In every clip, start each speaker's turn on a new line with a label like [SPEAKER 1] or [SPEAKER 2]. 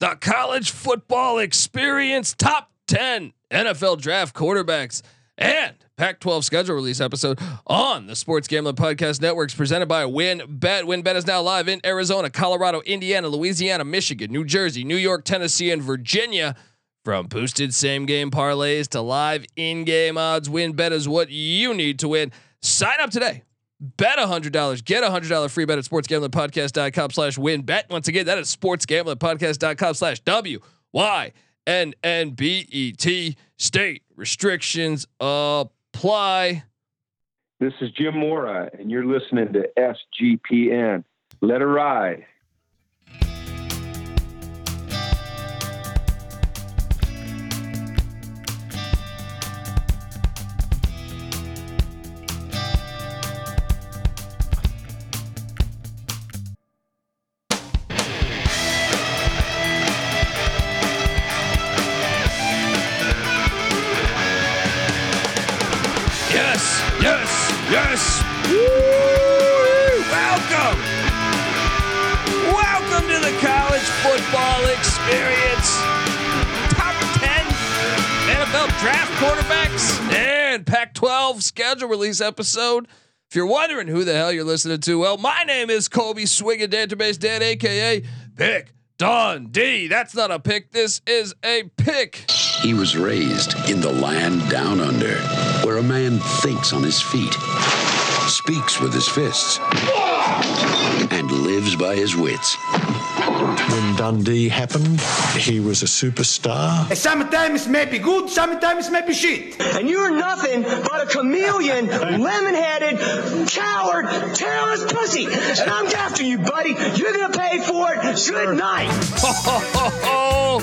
[SPEAKER 1] The college football experience top 10 NFL draft quarterbacks and Pac 12 schedule release episode on the Sports Gambling Podcast Networks presented by Win Bet. Win Bet is now live in Arizona, Colorado, Indiana, Louisiana, Michigan, New Jersey, New York, Tennessee, and Virginia. From boosted same game parlays to live in game odds, Win Bet is what you need to win. Sign up today. Bet $100. Get a $100 free bet at sportsgamblingpodcast.com slash win bet. Once again, that is sportsgamblingpodcast.com slash W Y N N B E T. State restrictions apply.
[SPEAKER 2] This is Jim Mora, and you're listening to SGPN. Let it ride.
[SPEAKER 1] Yes, yes, yes. Woo! Welcome. Welcome to the college football experience. Top 10 NFL draft quarterbacks and Pac 12 schedule release episode. If you're wondering who the hell you're listening to, well, my name is Kobe Swiggin Database Dan, aka Pick Dundee. That's not a pick. This is a pick.
[SPEAKER 3] He was raised in the land down under, where a man thinks on his feet, speaks with his fists, and lives by his wits.
[SPEAKER 4] When Dundee happened, he was a superstar.
[SPEAKER 5] Sometimes maybe good, sometimes maybe shit.
[SPEAKER 6] and you're nothing but a chameleon, lemon-headed coward, terrorist pussy. And I'm after you, buddy. You're gonna pay for it. Good night.
[SPEAKER 1] Oh,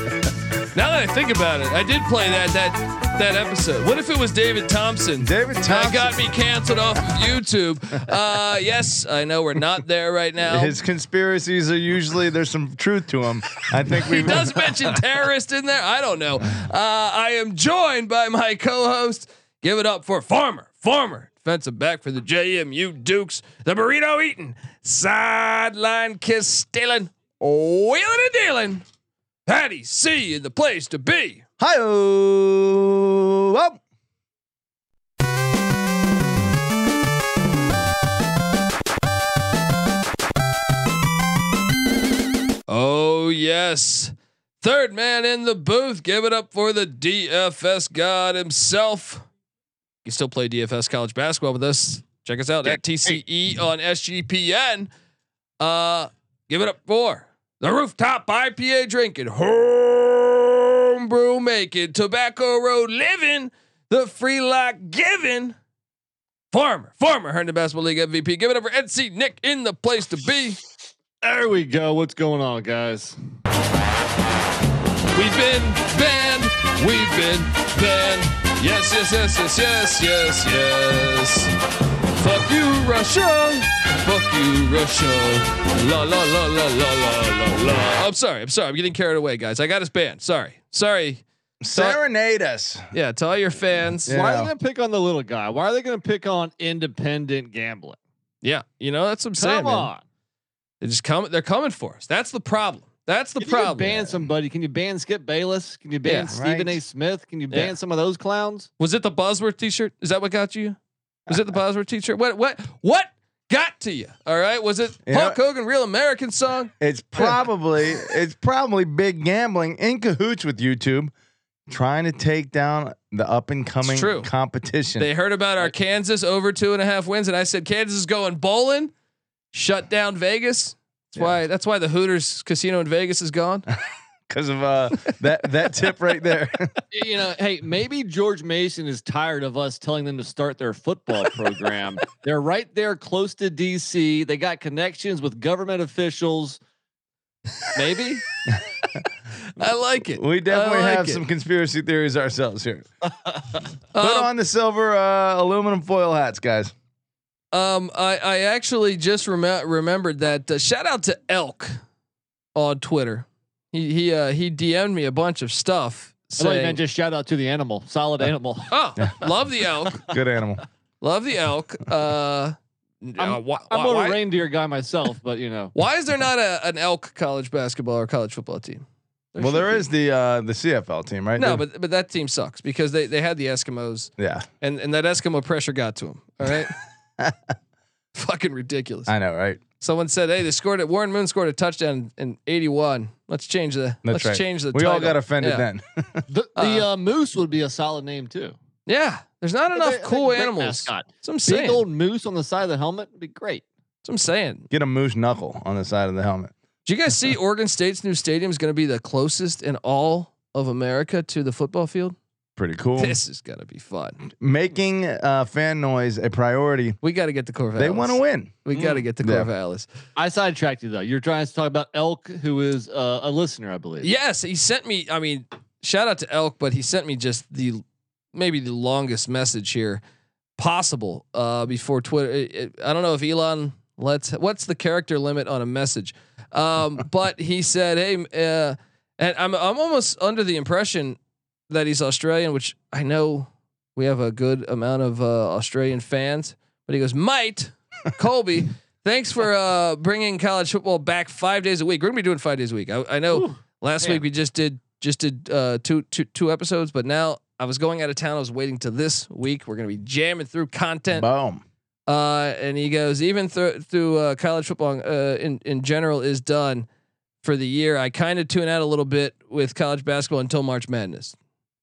[SPEAKER 1] now that I think about it, I did play that that that episode. What if it was David Thompson?
[SPEAKER 7] David
[SPEAKER 1] that got me canceled off of YouTube. Uh, yes, I know we're not there right now.
[SPEAKER 7] His conspiracies are usually there's some truth to them. I think we
[SPEAKER 1] he does mention terrorist in there. I don't know. Uh, I am joined by my co-host. Give it up for Farmer, Farmer, defensive back for the JMU Dukes, the burrito eating, sideline kiss stealing, wheeling and dealing. Patty C in the place to be.
[SPEAKER 7] Hi oh.
[SPEAKER 1] Oh yes. Third man in the booth. Give it up for the DFS god himself. You still play DFS college basketball with us. Check us out at TCE on SGPN. Uh give it up for the rooftop IPA drinking, homebrew making, tobacco road living, the free lock giving. Farmer, former Herndon Basketball League MVP. Give it up for NC Nick in the place to be.
[SPEAKER 7] There we go. What's going on, guys?
[SPEAKER 1] We've been banned. We've been banned. Yes, yes, yes, yes, yes, yes, yes. Fuck you, Russia. Fuck you, Russia. La la la la la la la la. I'm sorry. I'm sorry. I'm getting carried away, guys. I got us banned. Sorry. Sorry.
[SPEAKER 7] Serenade us.
[SPEAKER 1] Yeah, to all your fans. Yeah.
[SPEAKER 7] Why are they gonna pick on the little guy? Why are they gonna pick on independent gambling?
[SPEAKER 1] you know that's what I'm
[SPEAKER 7] Come
[SPEAKER 1] saying. man.
[SPEAKER 7] on.
[SPEAKER 1] They just come. They're coming for us. That's the problem. That's the
[SPEAKER 8] If you could
[SPEAKER 1] problem.
[SPEAKER 8] ban somebody, can you ban Skip Bayless? Can you
[SPEAKER 1] Yeah,
[SPEAKER 8] ban Stephen A.
[SPEAKER 7] right.
[SPEAKER 8] Smith? Can you
[SPEAKER 1] Yeah.
[SPEAKER 8] ban some of those clowns?
[SPEAKER 1] Was it the Bosworth T-shirt? Is that what got you? Was it the Bosworth T-shirt? What what what got to you? All right, was it
[SPEAKER 7] You
[SPEAKER 1] Hulk Hogan Real American Song?
[SPEAKER 7] It's probably it's probably big gambling in cahoots with YouTube, trying to take down the up and coming
[SPEAKER 1] It's true.
[SPEAKER 7] competition.
[SPEAKER 1] They heard about our Kansas over two and a half wins, and I said Kansas is going bowling, shut down Vegas. That's
[SPEAKER 7] Yeah.
[SPEAKER 1] why that's why the Hooters casino in Vegas is gone.
[SPEAKER 7] because of uh that that tip right there.
[SPEAKER 8] You know, hey, maybe George Mason is tired of us telling them to start their football program. They're right there close to DC. They got connections with government officials. Maybe.
[SPEAKER 1] I like it.
[SPEAKER 7] we definitely
[SPEAKER 1] I like
[SPEAKER 7] have
[SPEAKER 1] it.
[SPEAKER 7] some conspiracy theories ourselves here. Put
[SPEAKER 1] Um,
[SPEAKER 7] on the silver uh, aluminum foil hats, guys.
[SPEAKER 1] Um, I, I actually just remem- remembered that. Uh, shout out to Elk on Twitter. He he uh, he DM'd me a bunch of stuff
[SPEAKER 8] I thought you
[SPEAKER 1] saying,
[SPEAKER 8] meant just shout out to the animal, solid animal.
[SPEAKER 1] "Oh, love the elk,
[SPEAKER 7] Good animal.
[SPEAKER 1] love the elk." Uh, I'm, why,
[SPEAKER 8] I'm
[SPEAKER 1] why-
[SPEAKER 8] a reindeer guy myself, but you know,
[SPEAKER 1] why is there not a, an elk college basketball or college football team?
[SPEAKER 7] well,
[SPEAKER 1] should
[SPEAKER 7] there
[SPEAKER 1] be.
[SPEAKER 7] is the uh, the CFL team, right?
[SPEAKER 1] No,
[SPEAKER 7] There-
[SPEAKER 1] but but that team sucks because they they had the Eskimos
[SPEAKER 7] yeah,
[SPEAKER 1] and and that Eskimo pressure got to him. All right. Fucking ridiculous.
[SPEAKER 7] I know, right?
[SPEAKER 1] Someone said, "Hey, they scored it. Warren Moon scored a touchdown in '81. Let's change the. let's
[SPEAKER 7] That's right.
[SPEAKER 1] change the.
[SPEAKER 7] we all
[SPEAKER 1] title."
[SPEAKER 7] got offended
[SPEAKER 1] yeah.
[SPEAKER 7] then.
[SPEAKER 8] The, the uh, moose would be a solid name too.
[SPEAKER 1] Yeah, there's not
[SPEAKER 8] That's
[SPEAKER 1] enough
[SPEAKER 8] a- that's a
[SPEAKER 1] cool
[SPEAKER 8] great
[SPEAKER 1] animals.
[SPEAKER 8] mascot.
[SPEAKER 1] That's what I'm
[SPEAKER 8] Big
[SPEAKER 1] saying.
[SPEAKER 8] old moose on the side of the helmet would be great.
[SPEAKER 1] That's what I'm saying.
[SPEAKER 7] Get a moose knuckle on the side of the helmet.
[SPEAKER 1] Do you guys see Oregon State's new stadium is going to be the closest in all of America to the football field?
[SPEAKER 7] Pretty cool.
[SPEAKER 1] This is going to be fun.
[SPEAKER 7] Making uh, fan noise a priority.
[SPEAKER 1] We got to get the Corvallis.
[SPEAKER 7] They want to win.
[SPEAKER 1] We got to get the
[SPEAKER 7] Yeah.
[SPEAKER 1] Corvallis.
[SPEAKER 8] I sidetracked you though. You're trying to talk about Elk, who is uh, a listener, I believe.
[SPEAKER 1] Yes, he sent me. I mean, shout out to Elk, but he sent me just the maybe the longest message here possible uh, before Twitter. it- it- I don't know if Elon lets. What's the character limit on a message? Um, but he said, "Hey," uh, and I'm I'm almost under the impression that he's Australian, which I know we have a good amount of uh, Australian fans. But he goes, "Mate, Colby." Thanks for uh, bringing college football back five days a week. We're gonna be doing five days a week. I, I know
[SPEAKER 8] Ooh,
[SPEAKER 1] Last
[SPEAKER 8] Man.
[SPEAKER 1] week we just did just did uh, two two two episodes, but now I was going out of town. I was waiting till this week. We're gonna be jamming through content.
[SPEAKER 7] Boom.
[SPEAKER 1] Uh, and he goes even through through uh, college football uh, in in general is done for the year. I kind of tune out a little bit with college basketball until March Madness.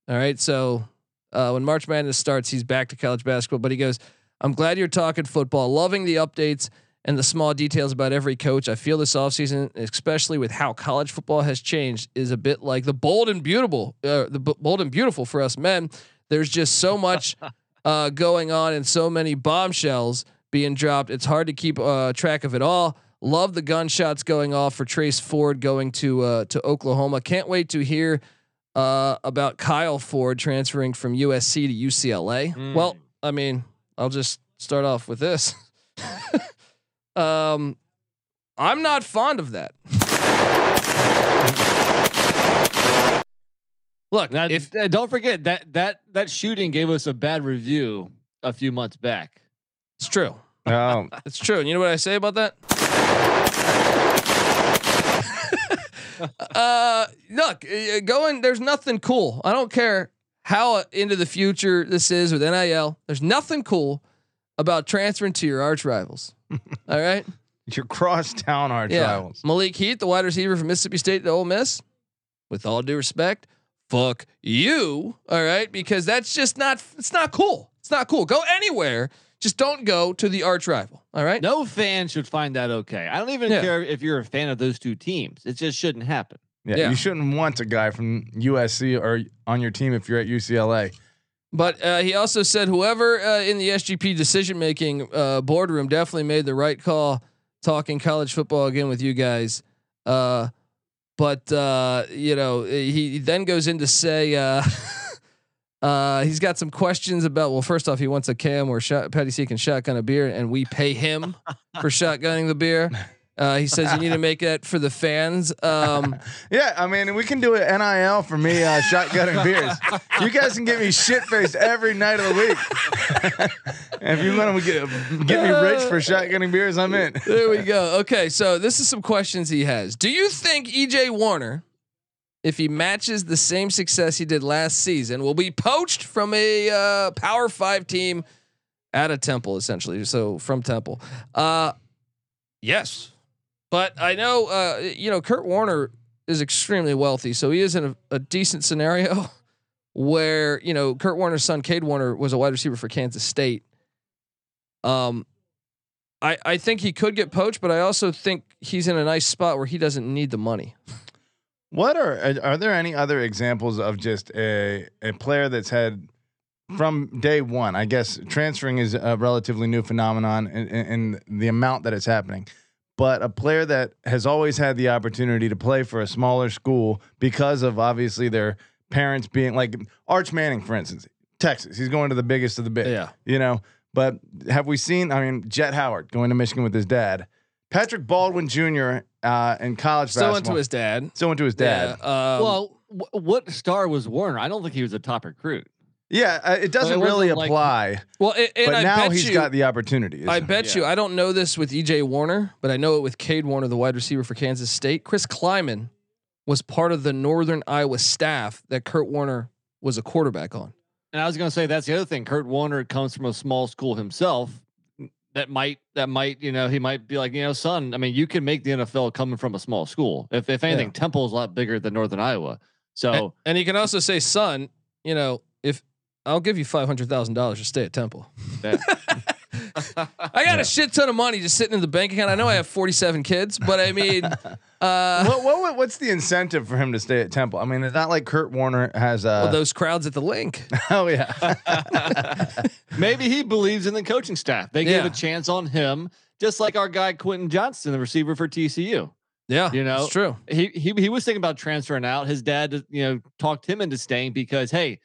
[SPEAKER 1] All right, so uh, when March Madness starts, he's back to college basketball. But he goes, "I'm glad you're talking football. Loving the updates and the small details about every coach. I feel this offseason, especially with how college football has changed, is a bit like the bold and beautiful, uh, the b- bold and beautiful for us men. There's just so much." uh, going on and so many bombshells being dropped. It's hard to keep uh, track of it all. Love the gunshots going off for Trace Ford going to uh, to Oklahoma. Can't wait to hear uh, about Kyle Ford transferring from USC to UCLA.
[SPEAKER 8] Mm.
[SPEAKER 1] Well, I mean, I'll just start off with this. um, I'm not fond of that. Look,
[SPEAKER 8] That,
[SPEAKER 1] if
[SPEAKER 8] uh, don't forget that that that shooting gave us a bad review a few months back.
[SPEAKER 1] it's true.
[SPEAKER 7] Oh,
[SPEAKER 1] It's true. And you know what I say about that? uh, look, uh, going, there's nothing cool. I don't care how into the future this is with NIL. There's nothing cool about transferring to your arch rivals. All right.
[SPEAKER 7] your crosstown arch rivals.
[SPEAKER 1] Malik Heath, the wide receiver from Mississippi State to Ole Miss, with all due respect, fuck you. All right. Because that's just not, it's not cool. It's not cool. Go anywhere. Just don't go to the arch rival. All right.
[SPEAKER 8] No fan should find that okay. I don't even
[SPEAKER 1] Yeah.
[SPEAKER 8] care if you're a fan of those two teams. It just shouldn't happen.
[SPEAKER 7] Yeah,
[SPEAKER 1] Yeah.
[SPEAKER 7] you shouldn't want a guy from USC or on your team if you're at UCLA.
[SPEAKER 1] But uh, he also said whoever uh, in the SGP decision making uh, boardroom definitely made the right call talking college football again with you guys. Uh, but uh, you know he then goes in to say uh, uh, he's got some questions about. Well, first off, he wants a cam where shot, Patty C can shotgun a beer, and we pay him for shotgunning the beer. Uh, he says you need to make that for the fans. Um,
[SPEAKER 7] Yeah, I mean, we can do an NIL for me uh, shotgunning beers. You guys can give me shit faced every night of the week. if you want to get, get me rich for shotgunning beers, I'm in.
[SPEAKER 1] There we go. Okay, so this is some questions he has. Do you think EJ Warner, if he matches the same success he did last season, will be poached from a uh, Power Five team out of Temple, essentially? So from Temple. Uh, yes, but I know uh, you know Kurt Warner is extremely wealthy, so he is in a, a decent scenario where you know Kurt Warner's son Cade Warner was a wide receiver for Kansas State. Um, I, I think he could get poached, but I also think he's in a nice spot where he doesn't need the money.
[SPEAKER 7] What are are there any other examples of just a a player that's had from day one? I guess transferring is a relatively new phenomenon in, in, in the amount that it's happening, but a player that has always had the opportunity to play for a smaller school because of obviously their parents being like Arch Manning, for instance, Texas. He's going to the biggest of the big.
[SPEAKER 1] Yeah.
[SPEAKER 7] you know. But have we seen? I mean, Jet Howard going to Michigan with his dad, Patrick Baldwin Jr. Uh, in college
[SPEAKER 1] Still went
[SPEAKER 7] basketball.
[SPEAKER 1] to his dad.
[SPEAKER 7] Still went to his dad.
[SPEAKER 1] Yeah, um,
[SPEAKER 8] well, wh- what star was Warner? I don't think he was a top recruit.
[SPEAKER 7] Yeah, uh, it
[SPEAKER 8] it
[SPEAKER 7] doesn't
[SPEAKER 8] wasn't
[SPEAKER 7] really
[SPEAKER 8] like-
[SPEAKER 7] apply,
[SPEAKER 1] well, a- and
[SPEAKER 7] but
[SPEAKER 1] I
[SPEAKER 7] now
[SPEAKER 1] bet
[SPEAKER 7] he's
[SPEAKER 1] you,
[SPEAKER 7] got the opportunity.
[SPEAKER 1] I
[SPEAKER 7] isn't
[SPEAKER 1] bet
[SPEAKER 8] Yeah.
[SPEAKER 1] you, I don't E know this with EJ Warner, but I know it with Cade Warner, the wide receiver for Kansas State. Chris Kleiman was part of the Northern Iowa staff that Kurt Warner was a quarterback on.
[SPEAKER 8] And I was going to say that's the other thing. Kurt Warner comes from a small school himself. That might that might you know he might be like you know son. I mean you can make the NFL coming from a small school. If if anything, Temple's a lot bigger than Northern Iowa. So
[SPEAKER 1] And, and you can also say, son, you know, if I'll give you five hundred thousand dollars to stay at Temple.
[SPEAKER 8] Yeah.
[SPEAKER 1] I got a shit ton of money just sitting in the bank account. I know I have forty-seven kids, but I mean, uh,
[SPEAKER 7] what, what, what's the incentive for him to stay at Temple? I mean, it's not like Kurt Warner has a.
[SPEAKER 1] well, those crowds at the link.
[SPEAKER 7] oh yeah,
[SPEAKER 8] Maybe he believes in the coaching staff. They gave
[SPEAKER 1] Yeah.
[SPEAKER 8] a chance on him, just like our guy Quentin Johnston, the receiver for TCU.
[SPEAKER 1] Yeah,
[SPEAKER 8] You know,
[SPEAKER 1] it's true.
[SPEAKER 8] He he he was thinking about transferring out. His dad, you know, talked him into staying because hey,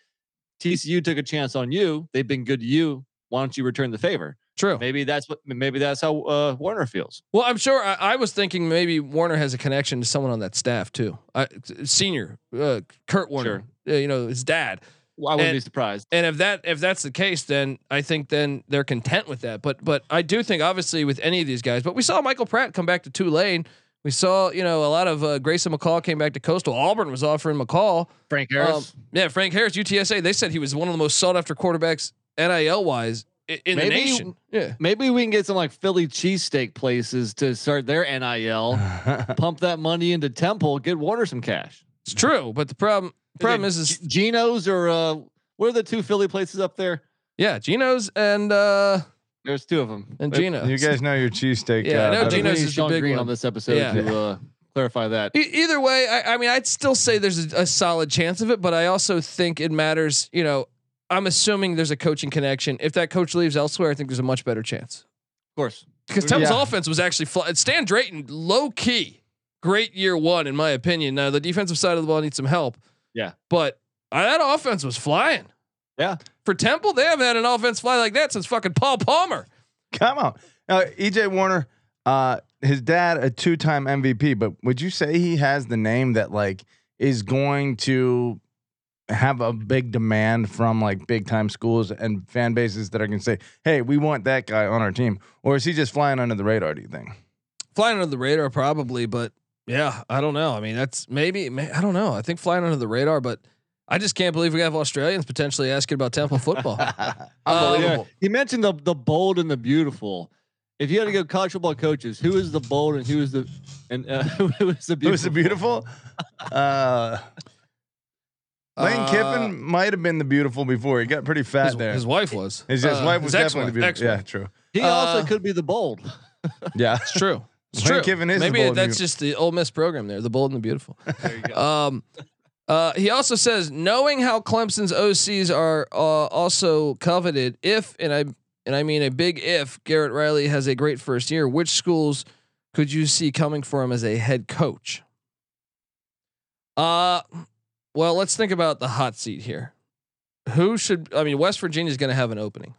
[SPEAKER 8] TCU took a chance on you. They've been good to you. Why don't you return the favor?
[SPEAKER 1] True.
[SPEAKER 8] Maybe that's what. Maybe that's how uh, Warner feels.
[SPEAKER 1] Well, I'm sure. I, I was thinking maybe Warner has a connection to someone on that staff too. I, senior uh, Kurt Warner, uh, you know, his dad.
[SPEAKER 8] Well, I wouldn't
[SPEAKER 1] And-
[SPEAKER 8] be surprised.
[SPEAKER 1] And if that if that's the case, then I think then they're content with that. But but I do think obviously with any of these guys, but we saw Michael Pratt come back to Tulane. We saw you know a lot of uh, Grayson McCall came back to Coastal. Auburn was offering McCall.
[SPEAKER 8] Frank
[SPEAKER 1] Um, yeah, Frank Harris, UTSA. They said he was one of the most sought after quarterbacks NIL wise in the
[SPEAKER 8] Maybe-
[SPEAKER 1] nation. Yeah.
[SPEAKER 8] Maybe we can get some like Philly cheesesteak places to start their NIL, pump that money into Temple, get Warner some cash.
[SPEAKER 1] It's true, but the problem problem is, is
[SPEAKER 8] G- Geno's or uh, what are the two Philly places up there?
[SPEAKER 1] yeah, Geno's and uh
[SPEAKER 8] There's two of them.
[SPEAKER 1] and Geno's.
[SPEAKER 7] you guys know your cheesesteak. uh,
[SPEAKER 1] Yeah, I know
[SPEAKER 7] better than-
[SPEAKER 1] Gino's is the
[SPEAKER 8] Sean
[SPEAKER 1] big
[SPEAKER 8] Green
[SPEAKER 1] one.
[SPEAKER 8] on this episode
[SPEAKER 1] Yeah.
[SPEAKER 8] to uh, clarify that.
[SPEAKER 1] E- Either way, I, I mean, I'd still say there's a, a solid chance of it, but I also think it matters. You know, I'm assuming there's a coaching connection. If that coach leaves elsewhere, I think there's a much better chance.
[SPEAKER 8] Of course,
[SPEAKER 1] Because Temple's
[SPEAKER 7] Yeah.
[SPEAKER 1] offense was actually fly- Stan Drayton, low key, great year one in my opinion. Now the defensive side of the ball needs some help.
[SPEAKER 8] Yeah.
[SPEAKER 1] but uh, that offense was flying.
[SPEAKER 8] Yeah.
[SPEAKER 1] for Temple, they haven't had an offense fly like that since fucking Paul Palmer.
[SPEAKER 7] Come on, now, EJ Warner, uh, his dad, a two-time MVP, but would you say he has the name that like is going to have a big demand from like big-time schools and fan bases that are going to say, "Hey, we want that guy on our team," or is he just flying under the radar? Do you think?
[SPEAKER 1] flying under the radar probably but yeah i don't know i mean that's maybe may, i don't know i think flying under the radar but i just can't believe we have australians potentially asking about temple football Uh, Unbelievable.
[SPEAKER 8] He mentioned the the bold and the beautiful. If you had to go college football coaches, who is the bold and who is the and uh, who is the beautiful?
[SPEAKER 7] It was the beautiful. Uh, Lane
[SPEAKER 1] Uh,
[SPEAKER 7] Kiffin might have been the beautiful before. He got pretty fat
[SPEAKER 1] his,
[SPEAKER 7] there.
[SPEAKER 1] his wife was
[SPEAKER 7] His, his
[SPEAKER 1] Uh,
[SPEAKER 7] wife was
[SPEAKER 1] his
[SPEAKER 7] definitely the
[SPEAKER 1] ex-wife,
[SPEAKER 7] beautiful. Yeah, true.
[SPEAKER 8] He also
[SPEAKER 1] Uh,
[SPEAKER 8] could be the bold.
[SPEAKER 7] Yeah.
[SPEAKER 1] It's true. It's
[SPEAKER 7] Lane
[SPEAKER 1] true.
[SPEAKER 7] Kiffin is the
[SPEAKER 1] Maybe
[SPEAKER 7] bold and
[SPEAKER 1] that's
[SPEAKER 7] beautiful.
[SPEAKER 1] just the Ole Miss program there, the bold and the beautiful. Um, uh, he also says, knowing how Clemson's OCs are uh, also coveted, if and I and I mean a big if Garrett Riley has a great first year, which schools could you see coming for him as a head coach? Uh, well, let's think about the hot seat here. Who should I mean? West Virginia's going to have an opening.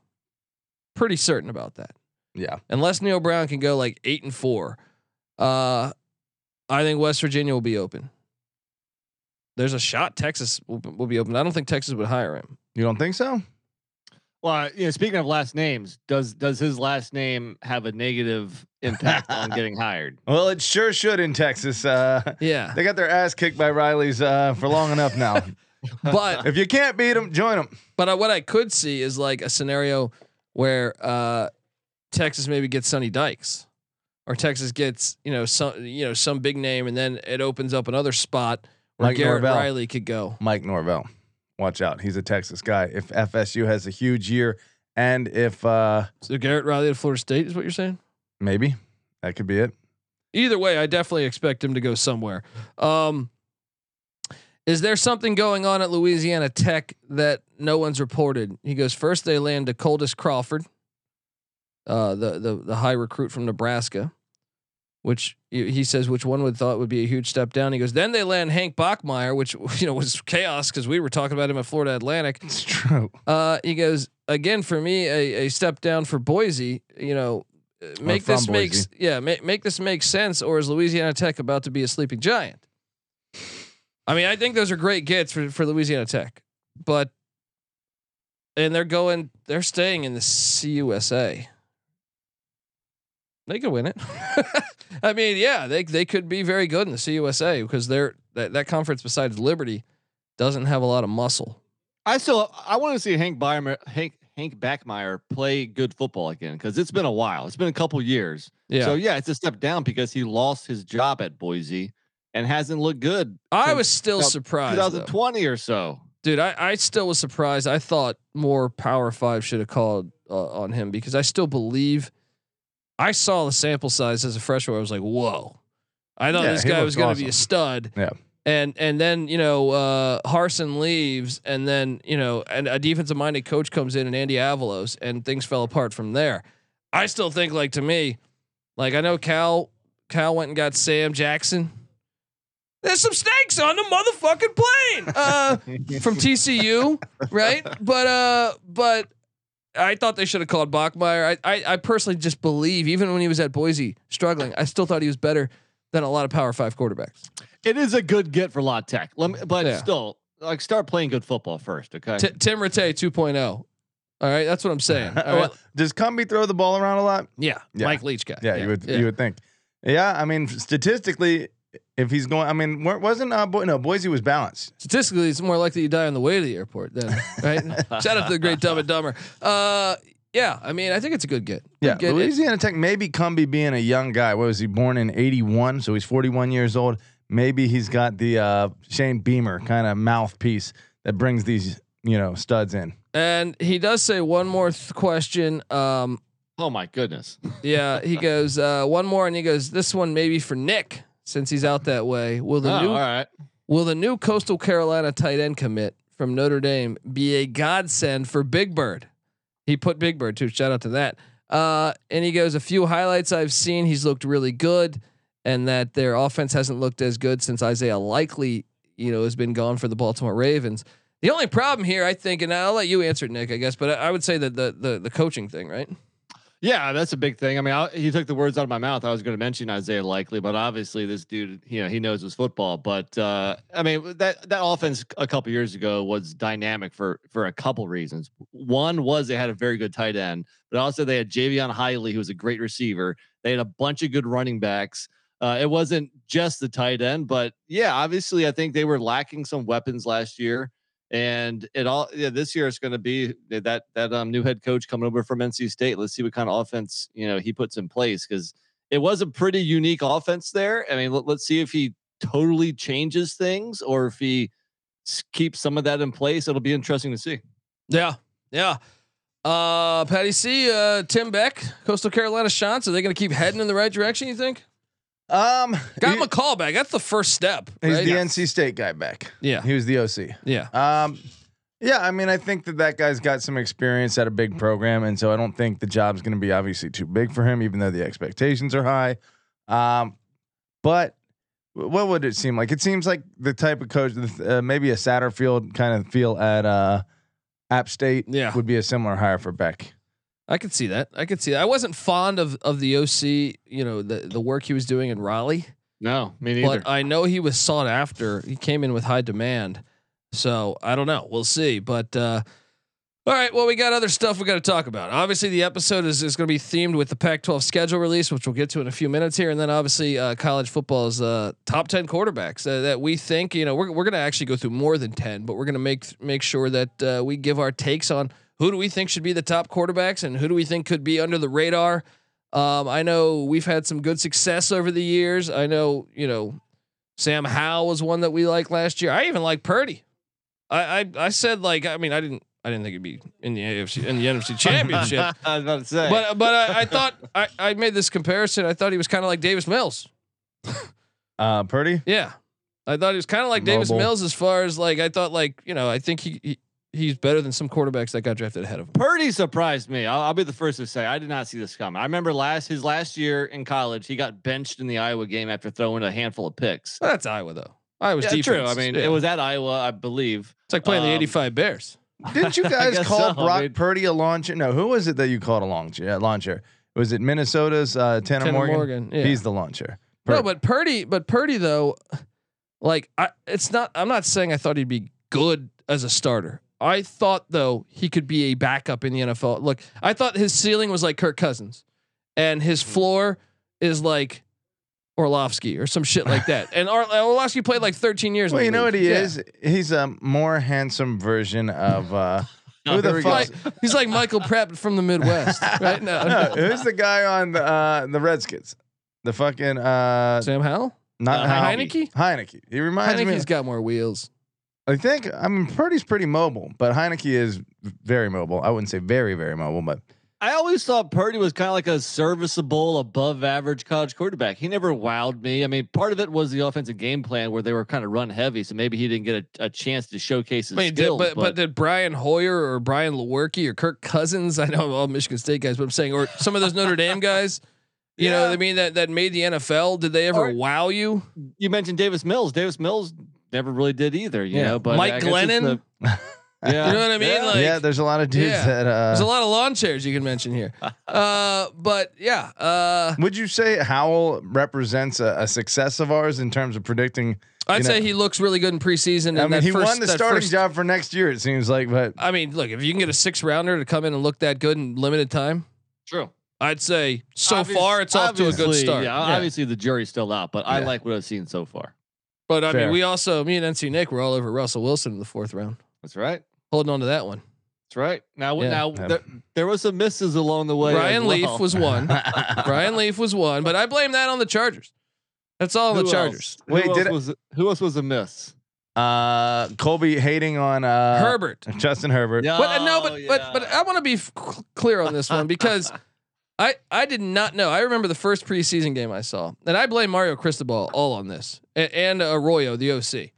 [SPEAKER 1] Pretty certain about that
[SPEAKER 7] Yeah.
[SPEAKER 1] unless Neil Brown can go like eight and four, uh, I think West Virginia will be open. There's a shot Texas will, will be open. I don't think Texas would hire him.
[SPEAKER 7] You don't think so?
[SPEAKER 8] Well, uh, you know, speaking of last names, does does his last name have a negative impact on getting hired?
[SPEAKER 7] Well, it sure should in Texas. Uh,
[SPEAKER 1] Yeah,
[SPEAKER 7] they got their ass kicked by Riley's uh, for long enough now.
[SPEAKER 1] but
[SPEAKER 7] if you can't beat them, join them.
[SPEAKER 1] but I, what I could see is like a scenario where uh, Texas maybe gets Sonny Dykes, or Texas gets you know some you know some big name, and then it opens up another spot where
[SPEAKER 7] Mike
[SPEAKER 1] Garrett
[SPEAKER 7] Norvell.
[SPEAKER 1] Riley could go.
[SPEAKER 7] Mike Norvell, watch out. He's a Texas guy. If FSU has a huge year, and if uh,
[SPEAKER 1] So Garrett Riley to Florida State is what you're saying?
[SPEAKER 7] maybe that could be it.
[SPEAKER 1] either way, I definitely expect him to go somewhere. Um, is there something going on at Louisiana Tech that no one's reported? He goes first. They land to Coldest Crawford, uh, the the the high recruit from Nebraska, which he he says which one would thought would be a huge step down. He goes then they land Hank Bachmeyer, which you know was chaos because we were talking about him at Florida Atlantic.
[SPEAKER 7] It's true.
[SPEAKER 1] Uh, he goes again for me a, a step down for Boise. You know, uh, make
[SPEAKER 7] Oh, from
[SPEAKER 1] this makes
[SPEAKER 7] Boise.
[SPEAKER 1] yeah make, make this make sense, or is Louisiana Tech about to be a sleeping giant? I mean, I think those are great gets for for Louisiana Tech, but and they're going they're staying in the CUSA. They could win it. I mean, yeah, they they could be very good in the CUSA because they're that that conference besides Liberty doesn't have a lot of muscle.
[SPEAKER 8] I still I want to see Hank Byer, Hank Hank Backmeyer play good football again because it's been a while. It's been a couple years.
[SPEAKER 1] Yeah.
[SPEAKER 8] So yeah, it's a step down because he lost his job at Boise and hasn't looked good.
[SPEAKER 1] I
[SPEAKER 8] since
[SPEAKER 1] was still
[SPEAKER 8] Now,
[SPEAKER 1] surprised. though.
[SPEAKER 8] 2020 or so.
[SPEAKER 1] dude I, I still was surprised i thought more power five should have called uh, on him because i still believe i saw the sample size as a freshman i was like whoa i thought
[SPEAKER 7] Yeah,
[SPEAKER 1] this
[SPEAKER 7] he
[SPEAKER 1] guy
[SPEAKER 7] looks
[SPEAKER 1] was going to be a
[SPEAKER 7] awesome.
[SPEAKER 1] stud
[SPEAKER 7] Yeah.
[SPEAKER 1] and and then you know uh harson leaves and then you know and a defensive minded coach comes in and andy avalos and things fell apart from there i still think like to me like i know cal cal went and got sam jackson there's some snakes on the motherfucking plane uh from TCU, right? But uh, but I thought they should have called Bachmeyer. I, I I personally just believe, even when he was at Boise struggling, I still thought he was better than a lot of Power Five quarterbacks.
[SPEAKER 8] It is a good get for La Tech. Let me, but
[SPEAKER 1] Yeah.
[SPEAKER 8] still, like start playing good football first, okay?
[SPEAKER 1] T- Tim Rattay 2.0. All right, that's what I'm saying. All right.
[SPEAKER 7] Does Cumby throw the ball around a lot?
[SPEAKER 1] Yeah,
[SPEAKER 7] Yeah.
[SPEAKER 1] Mike Leach guy.
[SPEAKER 7] Yeah, you would you would think. Yeah, I mean statistically, if he's going, I mean, wa- wasn't uh, Bo- no Boise was balanced.
[SPEAKER 1] Statistically, it's more likely you die on the way to the airport than right. Shout out to the great Dumb and Dumber. Uh, yeah, I mean, I think it's a good get. Good
[SPEAKER 7] Yeah,
[SPEAKER 1] get. It-
[SPEAKER 7] Louisiana Tech maybe Cumby being a young guy. What was he born in '81? So he's 41 years old. Maybe he's got the uh, Shane Beamer kind of mouthpiece that brings these you know studs in.
[SPEAKER 1] and he does say one more th- question. Um,
[SPEAKER 8] oh my goodness.
[SPEAKER 1] Yeah, he goes uh, one more, and he goes this one maybe for Nick since he's out that way. Will
[SPEAKER 8] Oh,
[SPEAKER 1] the new
[SPEAKER 8] all right.
[SPEAKER 1] Will the new Coastal Carolina tight end commit from Notre Dame be a godsend for Big Bird? He put Big Bird too. Shout out to that. Uh, and he goes a few highlights I've seen. He's looked really good, and that their offense hasn't looked as good since Isaiah Likely, you know, has been gone for the Baltimore Ravens. The only problem here, I think, and I'll let you answer it, Nick, I guess, but I, I would say that the the the coaching thing, right?
[SPEAKER 8] Yeah, that's a big thing. I mean, I, he took the words out of my mouth. I was going to mention Isaiah Likely, but obviously this dude, you know, he knows his football. But uh, I mean, that that offense a couple years ago was dynamic for for a couple reasons. One was they had a very good tight end, but also they had Javion Hiley, who was a great receiver. They had a bunch of good running backs. Uh, it wasn't just the tight end, but yeah, obviously I think they were lacking some weapons last year. And it all yeah, this year it's going to be that that um, new head coach coming over from NC State. Let's see what kind of offense you know he puts in place because it was a pretty unique offense there. I mean, let, us see if he totally changes things or if he s- keeps some of that in place. It'll be interesting to see.
[SPEAKER 1] Yeah, yeah. Uh, Patty C, uh, Tim Beck, Coastal Carolina shots. Are they going to keep heading in the right direction? You think?
[SPEAKER 7] Um,
[SPEAKER 1] Got
[SPEAKER 7] he-
[SPEAKER 1] him a call back. That's the first step.
[SPEAKER 7] he's
[SPEAKER 1] right?
[SPEAKER 7] the NC State guy back.
[SPEAKER 1] Yeah.
[SPEAKER 7] he was the OC.
[SPEAKER 1] yeah,
[SPEAKER 7] Um, yeah, I mean, I think that that guy's got some experience at a big program, and so I don't think the job's going to be obviously too big for him, even though the expectations are high. Um, but wh- what would it seem like? It seems like the type of coach, uh, maybe a Satterfield kind of feel at uh, App State,
[SPEAKER 1] Yeah.
[SPEAKER 7] would be a similar hire for Beck.
[SPEAKER 1] I could see that. I could see that. I wasn't fond of of the OC. You know, the the work he was doing in Raleigh,
[SPEAKER 8] No, me
[SPEAKER 1] but I know he was sought after. He came in with high demand. So I don't know. We'll see. But uh, all right. Well, we got other stuff we got to talk about. Obviously, the episode is, is going to be themed with the Pac-12 schedule release, which we'll get to in a few minutes here, and then obviously uh, college football's uh, top ten quarterbacks uh, that we think you know we're we're going to actually go through more than ten, but we're going to make make sure that uh, we give our takes on who do we think should be the top quarterbacks and who do we think could be under the radar. Um, I know we've had some good success over the years. I know you know Sam Howell was one that we liked last year. I even like Purdy. I, I I said like I mean I didn't I didn't think it'd be in the AFC in the NFC Championship.
[SPEAKER 8] I was about to say.
[SPEAKER 1] But uh, but I, I thought I, I made this comparison. I thought he was kind of like Davis Mills.
[SPEAKER 7] Uh, Purdy,
[SPEAKER 1] Yeah, I thought he was kind of like Davis
[SPEAKER 7] Mobile.
[SPEAKER 1] Mills as far as like I thought like you know I think he, he he's better than some quarterbacks that got drafted ahead of him.
[SPEAKER 8] Purdy surprised me. I'll, I'll be the first to say I did not see this coming. I remember last his last year in college, he got benched in the Iowa game after throwing a handful of picks.
[SPEAKER 1] That's Iowa though. Iowa's
[SPEAKER 8] Yeah,
[SPEAKER 1] defense.
[SPEAKER 8] true. I mean,
[SPEAKER 1] yeah.
[SPEAKER 8] it was at Iowa, I believe.
[SPEAKER 1] it's like playing the
[SPEAKER 8] um,
[SPEAKER 1] '85 Bears.
[SPEAKER 7] didn't you
[SPEAKER 8] I
[SPEAKER 7] guys
[SPEAKER 8] guess
[SPEAKER 7] call
[SPEAKER 8] so,
[SPEAKER 7] Brock
[SPEAKER 8] dude.
[SPEAKER 7] Purdy a launcher? No, who was it that you called a launcher? Yeah, launcher. Was it Minnesota's uh, Tanner,
[SPEAKER 1] Tanner
[SPEAKER 7] Morgan?
[SPEAKER 1] Morgan, yeah.
[SPEAKER 7] He's the launcher.
[SPEAKER 1] No, but Purdy, but Purdy though, like I, it's not. I'm not saying I thought he'd be good as a starter. I thought though he could be a backup in the NFL. Look,
[SPEAKER 7] Mm.
[SPEAKER 1] I thought his ceiling was like Kirk Cousins, and his floor is like Orlovsky or some shit like that. And Ar- Orlovsky played like 13 years. in
[SPEAKER 7] Well,
[SPEAKER 1] the
[SPEAKER 7] you know
[SPEAKER 1] league.
[SPEAKER 7] what he
[SPEAKER 1] Yeah.
[SPEAKER 7] is? He's a more handsome version of uh, who the fuck?
[SPEAKER 1] Like, he's like Michael Pratt from the Midwest, right? No,
[SPEAKER 7] No, who's the guy on the uh, the Redskins? The fucking uh,
[SPEAKER 1] Sam Howell.
[SPEAKER 7] not
[SPEAKER 8] Uh,
[SPEAKER 7] Howell.
[SPEAKER 1] Heineke?
[SPEAKER 7] Heineke. He reminds me.
[SPEAKER 1] Heineke's got more wheels.
[SPEAKER 7] I think I mean Purdy's pretty mobile, but Heineke is very mobile. I wouldn't say very very mobile, but
[SPEAKER 8] I always thought Purdy was kind of like a serviceable, above average college quarterback. He never wowed me. I mean, part of it was the offensive game plan where they were kind of run heavy, so maybe he didn't get a, a chance to showcase his
[SPEAKER 1] I mean, did-
[SPEAKER 8] skills.
[SPEAKER 1] but, but did Brian Hoyer or Brian Lewerke or Kirk Cousins? I know all Michigan State guys, but I'm saying or some of those Notre Dame guys. You know,
[SPEAKER 8] Yeah.
[SPEAKER 1] what I mean that that made the NFL. Did they ever
[SPEAKER 8] Or-
[SPEAKER 1] wow you?
[SPEAKER 7] Uh.
[SPEAKER 8] you mentioned Davis Mills. Davis Mills never really did either, you
[SPEAKER 7] Yeah.
[SPEAKER 8] know. But
[SPEAKER 1] Mike
[SPEAKER 8] I guess it's
[SPEAKER 1] Glennon?
[SPEAKER 8] the- yeah,
[SPEAKER 1] You know what I mean?
[SPEAKER 7] yeah,
[SPEAKER 1] Like,
[SPEAKER 7] yeah, there's a lot of dudes
[SPEAKER 1] yeah.
[SPEAKER 7] that. Uh,
[SPEAKER 1] there's a lot of lawn chairs you can mention here. Uh, but yeah, uh,
[SPEAKER 7] Would you say Howell represents a, a success of ours in terms of predicting?
[SPEAKER 1] I'd
[SPEAKER 7] You know-
[SPEAKER 1] say he looks really good in preseason. And
[SPEAKER 7] I mean,
[SPEAKER 1] that
[SPEAKER 7] he
[SPEAKER 1] first,
[SPEAKER 7] won the
[SPEAKER 1] that
[SPEAKER 7] starting
[SPEAKER 1] first-
[SPEAKER 7] job for next year. It seems like, but
[SPEAKER 1] I mean, look, if you can get a six rounder to come in and look that good in limited time,
[SPEAKER 8] true.
[SPEAKER 1] I'd say so
[SPEAKER 8] Obvious-
[SPEAKER 1] far it's off to a good
[SPEAKER 8] obviously,
[SPEAKER 1] start.
[SPEAKER 8] Yeah, obviously the jury's still out, but I like what I've seen so far.
[SPEAKER 1] But I
[SPEAKER 7] Fair.
[SPEAKER 1] mean, we also me and NC Nick were all over Russell Wilson in the fourth round,
[SPEAKER 8] That's right.
[SPEAKER 1] holding on to that one.
[SPEAKER 8] That's right. Now,
[SPEAKER 1] Yeah.
[SPEAKER 8] now
[SPEAKER 7] Yeah.
[SPEAKER 8] there, there was some misses along the way.
[SPEAKER 1] Brian
[SPEAKER 8] as well.
[SPEAKER 1] Leaf was one. Oh, Brian Leaf was one, but I blame that on the Chargers. That's all on
[SPEAKER 8] Who
[SPEAKER 1] the
[SPEAKER 8] else?
[SPEAKER 1] Chargers.
[SPEAKER 8] Who
[SPEAKER 7] Wait,
[SPEAKER 8] else
[SPEAKER 7] did it-
[SPEAKER 8] was who else was a miss?
[SPEAKER 7] uh, Colby hating on uh,
[SPEAKER 1] Herbert.
[SPEAKER 7] Justin Herbert.
[SPEAKER 8] Yeah,
[SPEAKER 1] But uh, no,
[SPEAKER 8] Oh,
[SPEAKER 1] but but but I want to be f- cl- clear on this one because I I did not know. I remember the first preseason game I saw, and I blame Mario Cristobal all on this and, and Arroyo, the OC,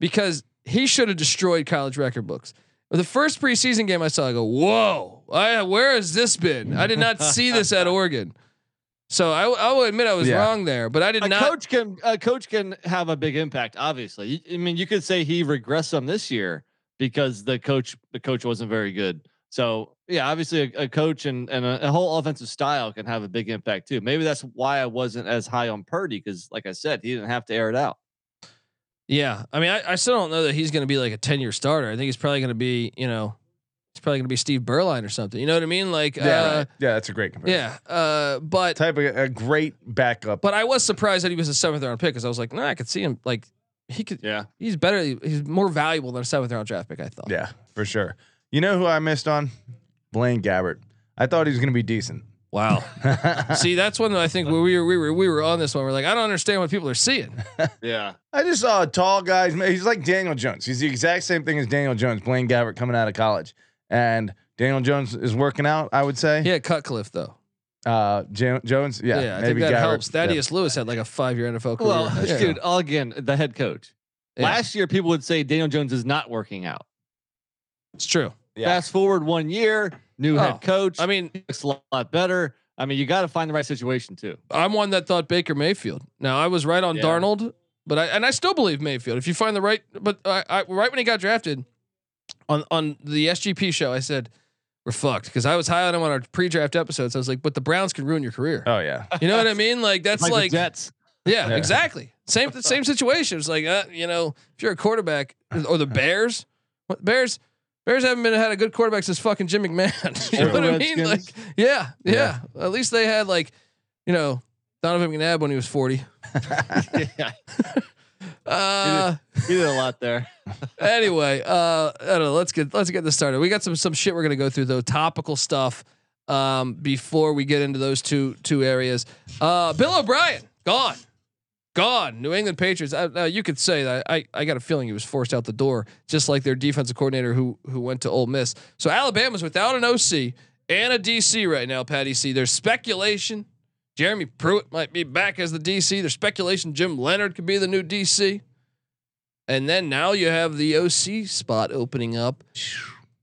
[SPEAKER 1] because he should have destroyed college record books. But the first preseason game I saw, I go, whoa, I, where has this been? I did not see this at Oregon. So I, I will admit I was
[SPEAKER 7] Yeah.
[SPEAKER 1] wrong there, but I did
[SPEAKER 8] a
[SPEAKER 1] not.
[SPEAKER 8] coach can a coach can have a big impact. Obviously, You- I mean, you could say he regressed some this year because the coach the coach wasn't very good. So yeah, obviously a, a coach and and a, a whole offensive style can have a big impact too. Maybe that's why I wasn't as high on Purdy because, like I said, he didn't have to air it out.
[SPEAKER 1] Yeah, I mean, I, I still don't know that he's going to be like a ten year starter. I think he's probably going to be, you know, he's probably going to be Steve Berline or something. You know what I mean? Like,
[SPEAKER 7] yeah,
[SPEAKER 1] uh,
[SPEAKER 7] right. yeah, that's a great comparison.
[SPEAKER 1] yeah. Uh, but
[SPEAKER 7] type of a great backup.
[SPEAKER 1] but I was surprised that he was a seventh round pick because I was like, nah, I could see him like he could.
[SPEAKER 8] Yeah,
[SPEAKER 1] He's better. He's more valuable than a seventh round draft pick. I thought.
[SPEAKER 7] yeah, for sure. You know who I missed on? Blaine Gabbert. I thought he was going to be decent.
[SPEAKER 1] Wow. see, that's one that I think we were we were we were on this one. We're like, I don't understand what people are seeing.
[SPEAKER 8] yeah.
[SPEAKER 7] I just saw a tall guy. He's like Daniel Jones. He's the exact same thing as Daniel Jones, Blaine Gabbert coming out of college. And Daniel Jones is working out, I would say.
[SPEAKER 1] Yeah, Cutcliffe though.
[SPEAKER 7] Uh, Jan- Jones, yeah.
[SPEAKER 1] Yeah, I think that
[SPEAKER 7] Gabbert.
[SPEAKER 1] helps.
[SPEAKER 7] Yeah.
[SPEAKER 1] Thaddeus Lewis had like a five year NFL career.
[SPEAKER 8] Well,
[SPEAKER 1] Yeah.
[SPEAKER 8] dude, all again, the head coach.
[SPEAKER 1] Yeah.
[SPEAKER 8] Last year, people would say Daniel Jones is not working out.
[SPEAKER 1] it's true.
[SPEAKER 7] Yeah.
[SPEAKER 8] Fast forward one year, new
[SPEAKER 1] Oh,
[SPEAKER 8] head coach.
[SPEAKER 1] I mean,
[SPEAKER 8] looks a lot better. I mean, you got to find the right situation too.
[SPEAKER 1] I'm one that thought Baker Mayfield. Now I was right on
[SPEAKER 8] Yeah.
[SPEAKER 1] Darnold, but I and I still believe Mayfield. If you find the right, but I, I right when he got drafted, on on the SGP show, I said we're fucked because I was high on him on our pre-draft episodes. I was like, but the Browns can ruin your career.
[SPEAKER 7] Oh, yeah.
[SPEAKER 1] You know what I mean? Like that's
[SPEAKER 8] Like,
[SPEAKER 1] like,
[SPEAKER 8] the Jets.
[SPEAKER 1] yeah,
[SPEAKER 7] Yeah.
[SPEAKER 1] exactly. Same same situation. It's like uh, you know, if you're a quarterback or the Bears, what Bears. Bears haven't been had a good quarterback since fucking Jim McMahon. you know
[SPEAKER 8] Sure.
[SPEAKER 1] what I mean?
[SPEAKER 8] Redskins.
[SPEAKER 1] Like, yeah, yeah, At least they had like, you know, Donovan McNabb when he was forty.
[SPEAKER 8] yeah,
[SPEAKER 1] Uh,
[SPEAKER 8] you did a lot there.
[SPEAKER 1] anyway, uh, I don't know. Let's get let's get this started. We got some some shit we're gonna go through though, topical stuff. Um, before we get into those two two areas, uh, Bill O'Brien gone, gone. New England Patriots. I, now you could say that I I got a feeling he was forced out the door, just like their defensive coordinator who who went to Ole Miss. So Alabama's without an OC and a DC right now. Patty C. There's speculation. Jeremy Pruitt might be back as the DC. There's speculation Jim Leonard could be the new DC. And then now you have the OC spot opening up.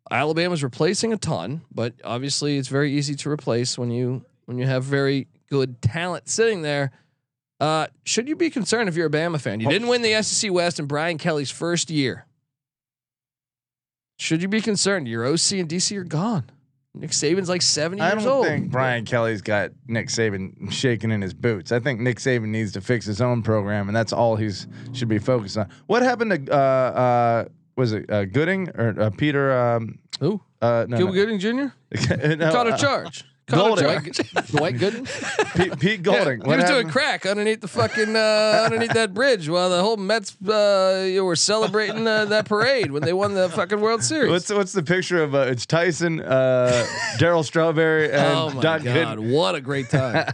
[SPEAKER 1] Alabama's replacing a ton, but obviously it's very easy to replace when you when you have very good talent sitting there. Uh, should you be concerned if you're a Bama fan? You didn't win the SEC West in Brian Kelly's first year. Should you be concerned? Your OC and DC are gone. Nick Saban's like 70
[SPEAKER 7] I
[SPEAKER 1] years
[SPEAKER 7] don't
[SPEAKER 1] old.
[SPEAKER 7] think Brian Kelly's got Nick Saban shaking in his boots. I think Nick Saban needs to fix his own program, and that's all he's should be focused on. What happened to uh, uh, was it uh, Gooding or uh, Peter? Um,
[SPEAKER 1] Who?
[SPEAKER 7] uh, no,
[SPEAKER 1] Gil
[SPEAKER 7] no.
[SPEAKER 1] Gooding Jr.
[SPEAKER 7] No,
[SPEAKER 1] caught
[SPEAKER 7] uh,
[SPEAKER 1] a charge. Connor
[SPEAKER 8] Golding.
[SPEAKER 1] George.
[SPEAKER 8] Dwight Gooden.
[SPEAKER 7] Pete, Pete Golding.
[SPEAKER 1] Yeah,
[SPEAKER 7] what
[SPEAKER 1] he was doing
[SPEAKER 7] happened?
[SPEAKER 1] crack underneath the fucking uh, underneath that bridge while the whole Mets uh, you were celebrating uh, that parade when they won the fucking World Series.
[SPEAKER 7] What's what's the picture of? Uh, it's Tyson, uh, Daryl Strawberry, and
[SPEAKER 1] oh my
[SPEAKER 7] Don
[SPEAKER 1] god!
[SPEAKER 7] Gooden.
[SPEAKER 1] What a great time!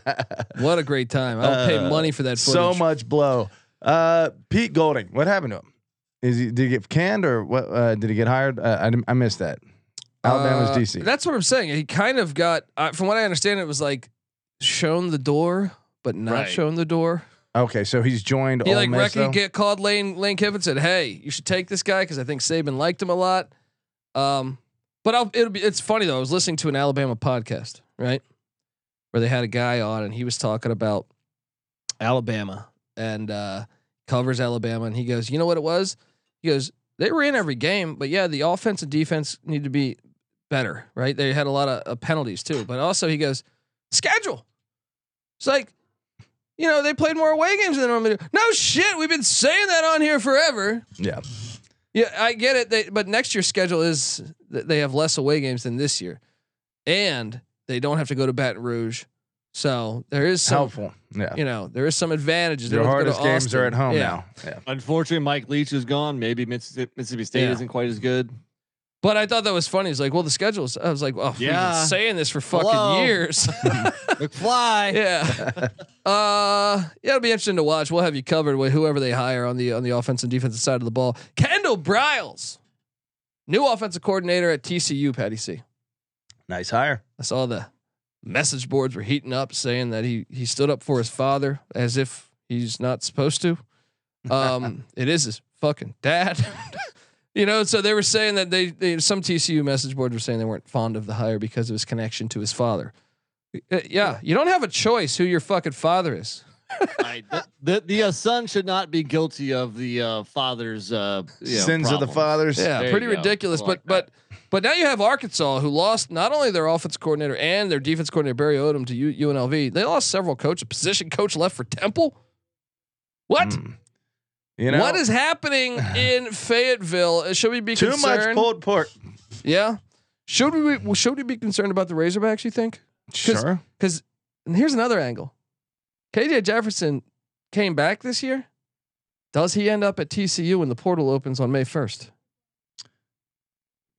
[SPEAKER 1] what a great time! I'll pay money for that. Footage.
[SPEAKER 7] Uh, So much blow. Uh, Pete Golding. What happened to him? Is he did he get canned or what? Uh, did he get hired? Uh, I, didn't- I missed that. Alabama's
[SPEAKER 1] Uh,
[SPEAKER 7] DC.
[SPEAKER 1] That's what I'm saying. He kind of got, uh, from what I understand, it was like shown the door, but not
[SPEAKER 7] Right.
[SPEAKER 1] shown the door.
[SPEAKER 7] okay, so he's joined.
[SPEAKER 1] He
[SPEAKER 7] Ole
[SPEAKER 1] like
[SPEAKER 7] Miss,
[SPEAKER 1] reckon
[SPEAKER 7] though?
[SPEAKER 1] get called Lane Lane Kiffin said, "Hey, you should take this guy because I think Saban liked him a lot." Um, but I'll, it'll be it's funny though. I was listening to an Alabama podcast right where they had a guy on and he was talking about Alabama and uh, covers Alabama and he goes, "You know what it was?" He goes, "They were in every game, but yeah, the offense and defense need to be better, right? They had a lot of uh, penalties too, but also he goes schedule. It's like you know, they played more away games than they normally do. No shit, we've been saying that on here forever.
[SPEAKER 7] yeah.
[SPEAKER 1] Yeah, I get it. They, but next year's schedule is th- they have less away games than this year, and they don't have to go to Baton Rouge, so there is some,
[SPEAKER 7] Helpful. Yeah.
[SPEAKER 1] you know, there is some advantages. They
[SPEAKER 7] Your
[SPEAKER 1] don't have to go to
[SPEAKER 7] hardest games are
[SPEAKER 1] Austin.
[SPEAKER 7] at home
[SPEAKER 1] Yeah.
[SPEAKER 7] now. Yeah.
[SPEAKER 8] Unfortunately, Mike Leach is gone. Maybe Mississippi, Mississippi State
[SPEAKER 1] Yeah.
[SPEAKER 8] isn't quite as good.
[SPEAKER 1] But I thought that was funny. It's like, well, the schedule's. I was like, well, we've
[SPEAKER 8] Yeah.
[SPEAKER 1] been saying this for fucking
[SPEAKER 8] Hello.
[SPEAKER 1] years.
[SPEAKER 8] McFly.
[SPEAKER 1] yeah. Uh, yeah, it'll be interesting to watch. We'll have you covered with whoever they hire on the on the offense and defensive side of the ball. Kendall Briles, new offensive coordinator at TCU. Patty C.
[SPEAKER 7] Nice hire.
[SPEAKER 1] I saw the message boards were heating up, saying that he he stood up for his father as if he's not supposed to. Um, it is his fucking dad. you know, so they were saying that they, they some TCU message boards were saying they weren't fond of the hire because of his connection to his father. Uh, yeah, you don't have a choice who your fucking father is.
[SPEAKER 8] I- th- the the uh, son should not be guilty of the uh, father's uh, you know,
[SPEAKER 7] Sins of the
[SPEAKER 8] problems.
[SPEAKER 7] fathers.
[SPEAKER 1] Yeah,
[SPEAKER 8] There
[SPEAKER 1] pretty
[SPEAKER 8] you go.
[SPEAKER 1] ridiculous.
[SPEAKER 8] I
[SPEAKER 1] But
[SPEAKER 8] like
[SPEAKER 1] but but now you have Arkansas who lost not only their offense coordinator and their defense coordinator Barry Odom to U- UNLV. They lost several coaches. Position coach left for Temple. What?
[SPEAKER 7] Mm. You know
[SPEAKER 1] what is happening in Fayetteville? Uh, Should we be
[SPEAKER 7] too much
[SPEAKER 1] concerned?
[SPEAKER 7] pulled pork?
[SPEAKER 1] yeah. Should we be- should we be concerned about the Razorbacks? You think?
[SPEAKER 7] Sure.
[SPEAKER 1] Because and here's another angle. KJ Jefferson came back this year. Does he end up at TCU when the portal opens on May first?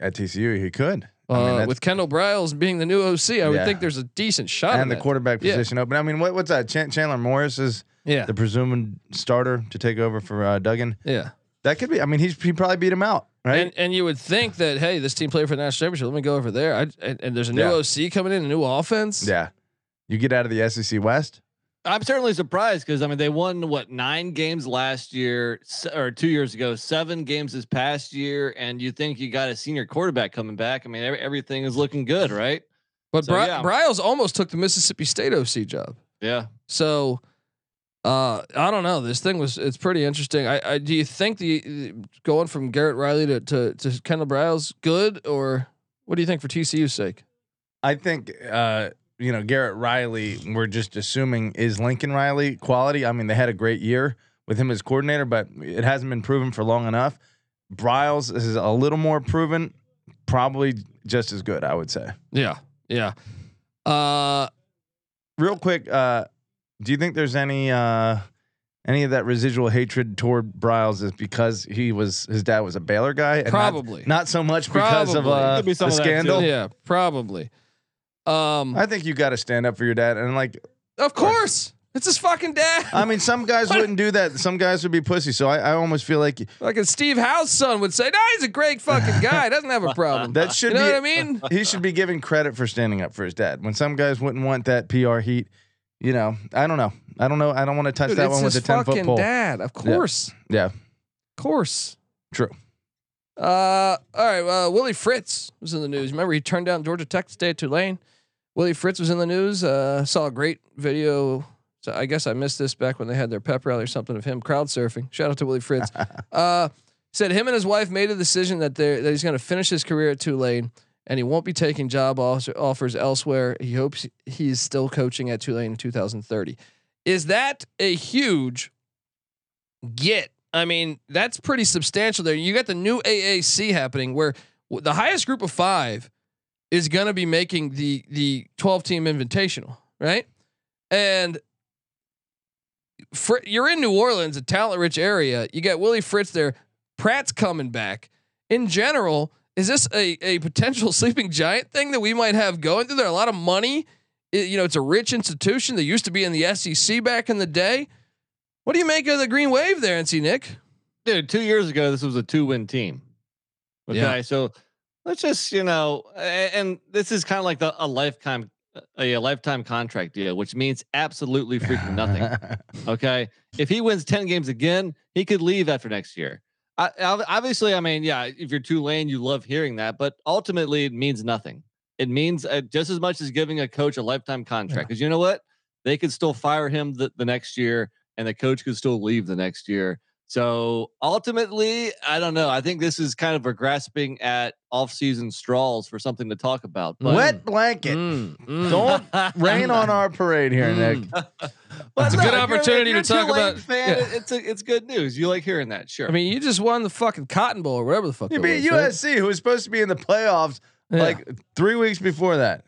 [SPEAKER 7] At TCU, he could.
[SPEAKER 1] Uh,
[SPEAKER 7] I mean, that's-
[SPEAKER 1] with Kendall Briles being the new OC, I would
[SPEAKER 7] Yeah.
[SPEAKER 1] think there's a decent shot.
[SPEAKER 7] and
[SPEAKER 1] on
[SPEAKER 7] the
[SPEAKER 1] that.
[SPEAKER 7] quarterback
[SPEAKER 1] Yeah.
[SPEAKER 7] position open. I mean, what, what's that? Chan- Chandler Morris is
[SPEAKER 1] Yeah,
[SPEAKER 7] the presumed starter to take over for uh, Duggan.
[SPEAKER 1] yeah.
[SPEAKER 7] That could be. I mean, he's he probably beat him out, right?
[SPEAKER 1] And and you would think that hey, this team played for the national championship. Let me go over there. I, and, and there's a new
[SPEAKER 7] Yeah.
[SPEAKER 1] OC coming in, a new offense.
[SPEAKER 7] yeah. You get out of the SEC West.
[SPEAKER 8] I'm certainly surprised because I mean they won what nine games last year s- or two years ago, seven games this past year, and you think you got a senior quarterback coming back? I mean every, everything is looking good, right?
[SPEAKER 1] But
[SPEAKER 8] So,
[SPEAKER 1] Bri-
[SPEAKER 8] yeah.
[SPEAKER 1] Briles almost took the Mississippi State OC job.
[SPEAKER 8] Yeah.
[SPEAKER 1] So uh, I don't know. This thing was it's pretty interesting. I, I do you think the- the going from Garrett Riley to to, to Kendall Briles good or what do you think for TCU's sake?
[SPEAKER 7] I think uh, you know Garrett Riley. We're just assuming is Lincoln Riley quality. I mean, they had a great year with him as coordinator, but it hasn't been proven for long enough. Bryles is a little more proven, probably just as good. I would say.
[SPEAKER 1] Yeah, yeah. Uh,
[SPEAKER 7] Real quick, uh, do you think there's any uh, any of that residual hatred toward Bryles is because he was his dad was a Baylor guy? and not-
[SPEAKER 1] Probably.
[SPEAKER 7] not, so much because of
[SPEAKER 1] Probably.
[SPEAKER 7] uh,
[SPEAKER 8] Could be
[SPEAKER 7] the
[SPEAKER 8] some of that, too.
[SPEAKER 7] scandal.
[SPEAKER 1] yeah, probably. Um,
[SPEAKER 7] I think you got to stand up for your dad, and like
[SPEAKER 1] Of course. It's his fucking dad.
[SPEAKER 7] I mean, some guys wouldn't do that. Some guys would be pussy. So I, I almost feel like
[SPEAKER 1] Fucking Steve Howe's son would say, "No, he's a great fucking guy. Doesn't have a problem."
[SPEAKER 7] that should
[SPEAKER 1] you know
[SPEAKER 7] be.
[SPEAKER 1] what I mean?
[SPEAKER 7] He should be given credit for standing up for his dad. When some guys wouldn't want that PR heat, you know, I don't know. I don't know. I don't want to touch
[SPEAKER 1] Dude,
[SPEAKER 7] that
[SPEAKER 1] it's
[SPEAKER 7] one with a
[SPEAKER 1] his
[SPEAKER 7] ten foot
[SPEAKER 1] fucking
[SPEAKER 7] pole.
[SPEAKER 1] dad. Of course,
[SPEAKER 7] Yeah,
[SPEAKER 1] of course.
[SPEAKER 7] true.
[SPEAKER 1] Uh, all right. Uh, Willie Fritz was in the news. Remember, he turned down Georgia Tech to stay at Tulane. Willie Fritz was in the news. Uh, saw a great video. So I guess I missed this back when they had their pep rally or something of him crowd surfing. Shout out to Willie Fritz. uh, said him and his wife made a decision that they that he's going to finish his career at Tulane and he won't be taking job offer- offers elsewhere. He hopes he's still coaching at Tulane in 2030. Is that a huge get? I mean, that's pretty substantial there. You got the new AAC happening where w- the highest group of 5 is going to be making the the 12 team invitational, right? And Fr- you're in New Orleans, a talent rich area. You got Willie Fritz there. Pratt's coming back. In general, is this a, a potential sleeping giant thing that we might have going through there? A lot of money. I- you know, it's a rich institution that used to be in the SEC back in the day. What do you make of the green wave there, NC Nick?
[SPEAKER 8] dude, two years ago, this was a two win team. Okay.
[SPEAKER 1] Yeah.
[SPEAKER 8] So let's just, you know, a- and this is kind of like the, a lifetime, a, a lifetime contract deal, which means absolutely freaking nothing. Okay. If he wins 10 games again, he could leave after next year. I, ob- obviously, I mean, yeah, if you're Tulane, you love hearing that, but ultimately it means nothing. It means uh, just as much as giving a coach a lifetime contract. Because you know what? They could still fire him the, the next year and the coach could still leave the next year. So ultimately, I don't know. I think this is kind of a grasping at off-season straws for something to talk about. But
[SPEAKER 7] Wet blanket. Don't rain on our parade here,
[SPEAKER 1] Mm.
[SPEAKER 7] Nick.
[SPEAKER 8] But
[SPEAKER 1] It's a good
[SPEAKER 8] if you're- if
[SPEAKER 1] opportunity to
[SPEAKER 8] you're a
[SPEAKER 1] talk
[SPEAKER 8] Tulane
[SPEAKER 1] about-
[SPEAKER 8] Fan,
[SPEAKER 1] yeah.
[SPEAKER 8] it- It's a, it's good news. You like hearing that, sure.
[SPEAKER 1] I mean, you just won the fucking Cotton Bowl or whatever the fuck.
[SPEAKER 7] You
[SPEAKER 1] it was,
[SPEAKER 7] beat
[SPEAKER 1] right?
[SPEAKER 7] USC, who was supposed to be in the playoffs
[SPEAKER 1] Yeah.
[SPEAKER 7] like three weeks before that.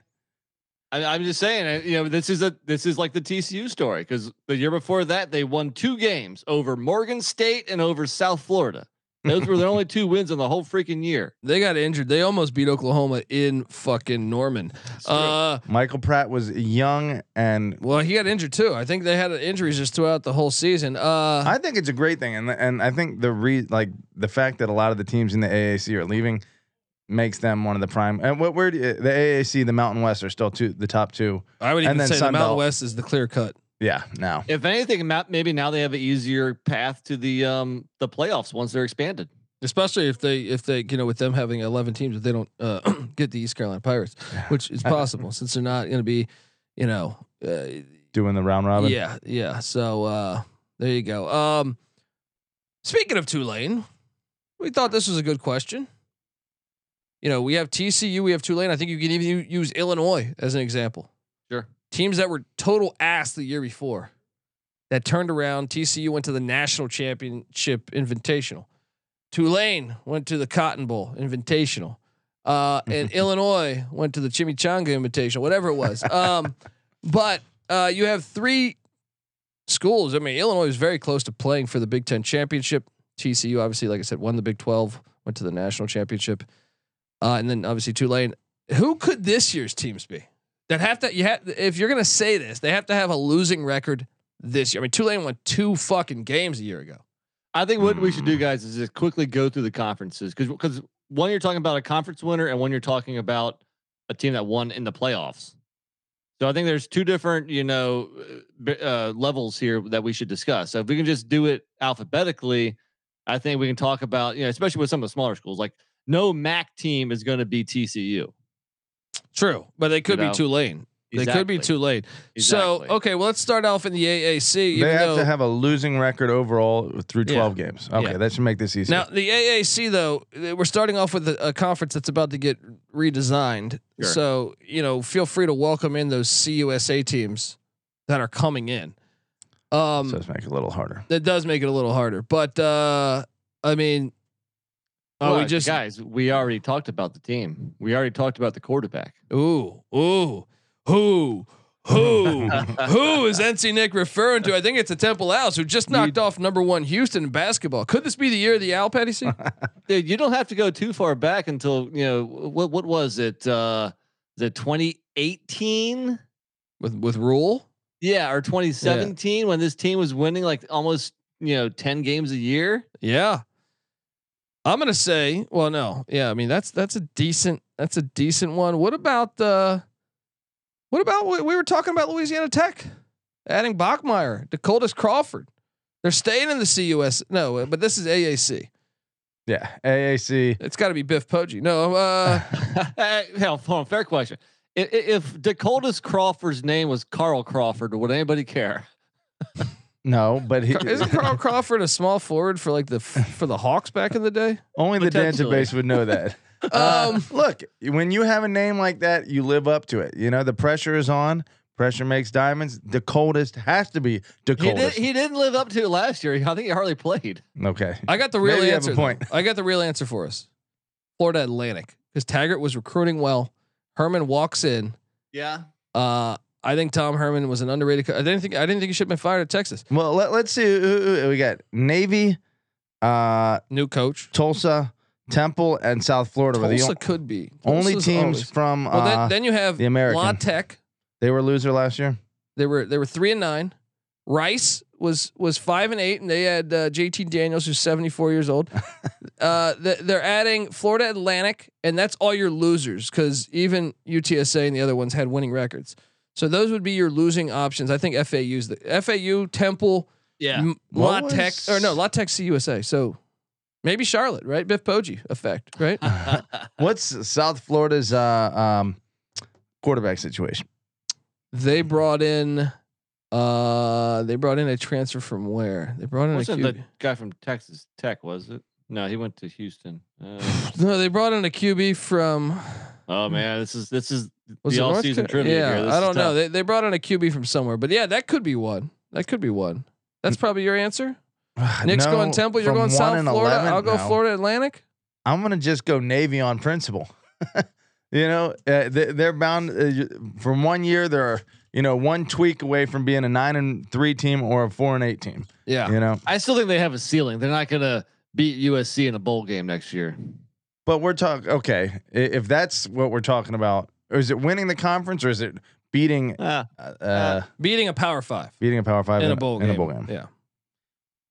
[SPEAKER 8] I, am just saying, uh, you know, this is a this is like the TCU story because the year before that they won two games over Morgan State and over South Florida. Those were their only two wins in the whole freaking year.
[SPEAKER 1] they got injured. They almost beat Oklahoma in fucking Norman. Uh,
[SPEAKER 7] Michael Pratt was young, and
[SPEAKER 1] well, he got injured too. I think they had injuries just throughout the whole season. Uh,
[SPEAKER 7] I think it's a great thing. And and I think the re like the fact that a lot of the teams in the AAC are leaving makes them one of the prime. And what where do you, the AAC, the Mountain West are still two, the top two.
[SPEAKER 1] I would
[SPEAKER 7] And
[SPEAKER 1] even
[SPEAKER 7] then
[SPEAKER 1] say
[SPEAKER 7] Sun
[SPEAKER 1] the Mountain
[SPEAKER 7] Belt.
[SPEAKER 1] West is the clear cut.
[SPEAKER 7] Yeah, now
[SPEAKER 8] If anything, ma- maybe now they have an easier path to the um the playoffs once they're expanded.
[SPEAKER 1] Especially if they, if they, you know, with them having eleven teams, if they don't uh, get the East Carolina Pirates, which is possible since they're not going to be, you know, uh,
[SPEAKER 7] doing the round robin.
[SPEAKER 1] yeah, yeah. So uh, there you go. Um, speaking of Tulane, we thought this was a good question. You know, we have TCU, we have Tulane. I think you can even u- use Illinois as an example.
[SPEAKER 8] Sure.
[SPEAKER 1] teams that were total ass the year before that turned around. TCU went to the national championship invitational. Tulane went to the Cotton Bowl invitational. Uh, and Illinois went to the Chimichanga Invitational, whatever it was. Um, but uh, you have three schools. I mean, Illinois was very close to playing for the Big Ten championship. TCU, obviously, like I said, won the Big Twelve, went to the national championship, uh, and then obviously Tulane. Who could this year's teams be? That have to you have if you're gonna say this, they have to have a losing record this year. I mean, Tulane won two fucking games a year ago.
[SPEAKER 8] I think what we should do, guys, is just quickly go through the conferences because because one you're talking about a conference winner and one you're talking about a team that won in the playoffs. So I think there's two different you know uh, b- uh, levels here that we should discuss. So if we can just do it alphabetically, I think we can talk about you know especially with some of the smaller schools like no MAC team is going to be TCU.
[SPEAKER 1] True, but they could
[SPEAKER 8] You
[SPEAKER 1] be
[SPEAKER 8] know?
[SPEAKER 1] Tulane. They could be
[SPEAKER 8] Exactly.
[SPEAKER 1] Tulane.
[SPEAKER 8] Exactly.
[SPEAKER 1] So okay, well let's start off in the AAC. even
[SPEAKER 7] they have
[SPEAKER 1] though-
[SPEAKER 7] to have a losing record overall through
[SPEAKER 1] Yeah.
[SPEAKER 7] 12 games. Okay,
[SPEAKER 1] Yeah.
[SPEAKER 7] that should make this easier.
[SPEAKER 1] Now the AAC though, th- we're starting off with a, a conference that's about to get redesigned.
[SPEAKER 8] Sure.
[SPEAKER 1] So you know, feel free to welcome in those CUSA teams that are coming in. Um,
[SPEAKER 7] so let's make it a little harder.
[SPEAKER 1] that does make it a little harder, but uh, I mean, oh, we
[SPEAKER 8] Look,
[SPEAKER 1] just
[SPEAKER 8] guys, we already talked about the team. We already talked about the quarterback.
[SPEAKER 1] ooh ooh who who who is NC Nick referring to? I think it's a Temple Owls who just knocked off number one Houston in basketball. Could this be the year of the Owl Patty?
[SPEAKER 8] dude, you don't have to go too far back until you know what what was it? Uh the 2018?
[SPEAKER 1] with with rule.
[SPEAKER 8] Yeah, or 2017 when this team was winning like almost, you know, 10 games a year.
[SPEAKER 1] Yeah. I'm gonna say, well, no, yeah. I mean, that's that's a decent that's a decent one. What about uh, what about we, we were talking about Louisiana Tech, adding Bachmeyer, Dakota's Crawford. They're staying in the CUS. No, uh, but this is AAC.
[SPEAKER 7] Yeah, AAC.
[SPEAKER 1] It's got to be Biff Poggi. No, uh,
[SPEAKER 8] Hell, hold on, fair question. I- i- If Dakota's Crawford's name was Carl Crawford, would anybody care?
[SPEAKER 7] No, but he,
[SPEAKER 1] isn't Carl Crawford a small forward for like the f- for the Hawks back in the day?
[SPEAKER 7] only the dancer
[SPEAKER 8] Potentially.
[SPEAKER 7] base would know that.
[SPEAKER 8] Uh,
[SPEAKER 7] um, look, when you have a name like that, you live up to it. You know, the pressure is on. Pressure makes diamonds. The coldest has to be the
[SPEAKER 8] He, did,
[SPEAKER 7] coldest.
[SPEAKER 8] he didn't live up to it last year. I think he hardly played.
[SPEAKER 7] okay.
[SPEAKER 1] I got the real
[SPEAKER 7] Maybe you have
[SPEAKER 1] answer.
[SPEAKER 7] a point.
[SPEAKER 1] I got the real answer for us. Florida Atlantic, because Taggart was recruiting well. Herman walks in.
[SPEAKER 8] Yeah.
[SPEAKER 1] Uh, I think Tom Herman was an underrated. Co- I didn't think I didn't think he should have been fired at Texas.
[SPEAKER 7] Well, let, us see. who- who- who we got Navy, uh,
[SPEAKER 1] New coach.
[SPEAKER 7] Tulsa, Temple, and South Florida were the
[SPEAKER 1] Tulsa
[SPEAKER 7] on-
[SPEAKER 1] could be
[SPEAKER 7] only
[SPEAKER 1] Tulsa's
[SPEAKER 7] teams
[SPEAKER 1] always-
[SPEAKER 7] from.
[SPEAKER 1] Well, then,
[SPEAKER 7] uh,
[SPEAKER 1] then you have
[SPEAKER 7] the American.
[SPEAKER 1] La Tech.
[SPEAKER 7] they were a loser last year.
[SPEAKER 1] They were they were three and nine. Rice was was five and eight, and they had uh, JT Daniels, who's seventy four years old. uh, th- they're adding Florida Atlantic, and that's all your losers because even UTSA and the other ones had winning records. So those would be your losing options. I think FAU's the FAU Temple,
[SPEAKER 8] Yeah.
[SPEAKER 1] M- La
[SPEAKER 7] What
[SPEAKER 1] Tech,
[SPEAKER 7] was-
[SPEAKER 1] or no La Tech CUSA. So maybe Charlotte, right? Biff Poggi effect, right?
[SPEAKER 8] Uh,
[SPEAKER 7] What's South Florida's uh, um, quarterback situation?
[SPEAKER 1] they brought in. Uh, they brought in a transfer from where? They brought in
[SPEAKER 8] Wasn't
[SPEAKER 1] a QB.
[SPEAKER 8] the guy from Texas Tech, was it? No, he went to Houston. Uh,
[SPEAKER 1] No, they brought in a QB from
[SPEAKER 8] oh man, this is this is
[SPEAKER 1] was
[SPEAKER 8] the
[SPEAKER 1] it North
[SPEAKER 8] all season
[SPEAKER 1] Ca-
[SPEAKER 8] trivia.
[SPEAKER 1] Yeah,
[SPEAKER 8] here. This
[SPEAKER 1] I
[SPEAKER 8] is
[SPEAKER 1] don't know.
[SPEAKER 8] tough.
[SPEAKER 1] They, they brought in a QB from somewhere, but yeah, that could be one. That could be one. That's probably your answer. Nick's
[SPEAKER 7] Uh, No,
[SPEAKER 1] going Temple. You're
[SPEAKER 7] from
[SPEAKER 1] going
[SPEAKER 7] one
[SPEAKER 1] South
[SPEAKER 7] and
[SPEAKER 1] Florida.
[SPEAKER 7] 11?
[SPEAKER 1] I'll go
[SPEAKER 7] No.
[SPEAKER 1] Florida Atlantic.
[SPEAKER 7] I'm gonna just go Navy on principle. you know, uh, they, they're bound uh, y- from one year. They're you know one tweak away from being a nine and three team or a four and eight team.
[SPEAKER 1] Yeah.
[SPEAKER 7] You know,
[SPEAKER 8] I still think they have a ceiling. They're not gonna beat USC in a bowl game next year.
[SPEAKER 7] but we're talking okay. i- If that's what we're talking about, or is it winning the conference, or is it beating
[SPEAKER 8] Ah,
[SPEAKER 7] uh, uh,
[SPEAKER 1] Beating a Power Five
[SPEAKER 7] beating a Power Five
[SPEAKER 1] in a bowl
[SPEAKER 7] In
[SPEAKER 1] game.
[SPEAKER 7] a bowl game.
[SPEAKER 1] Yeah.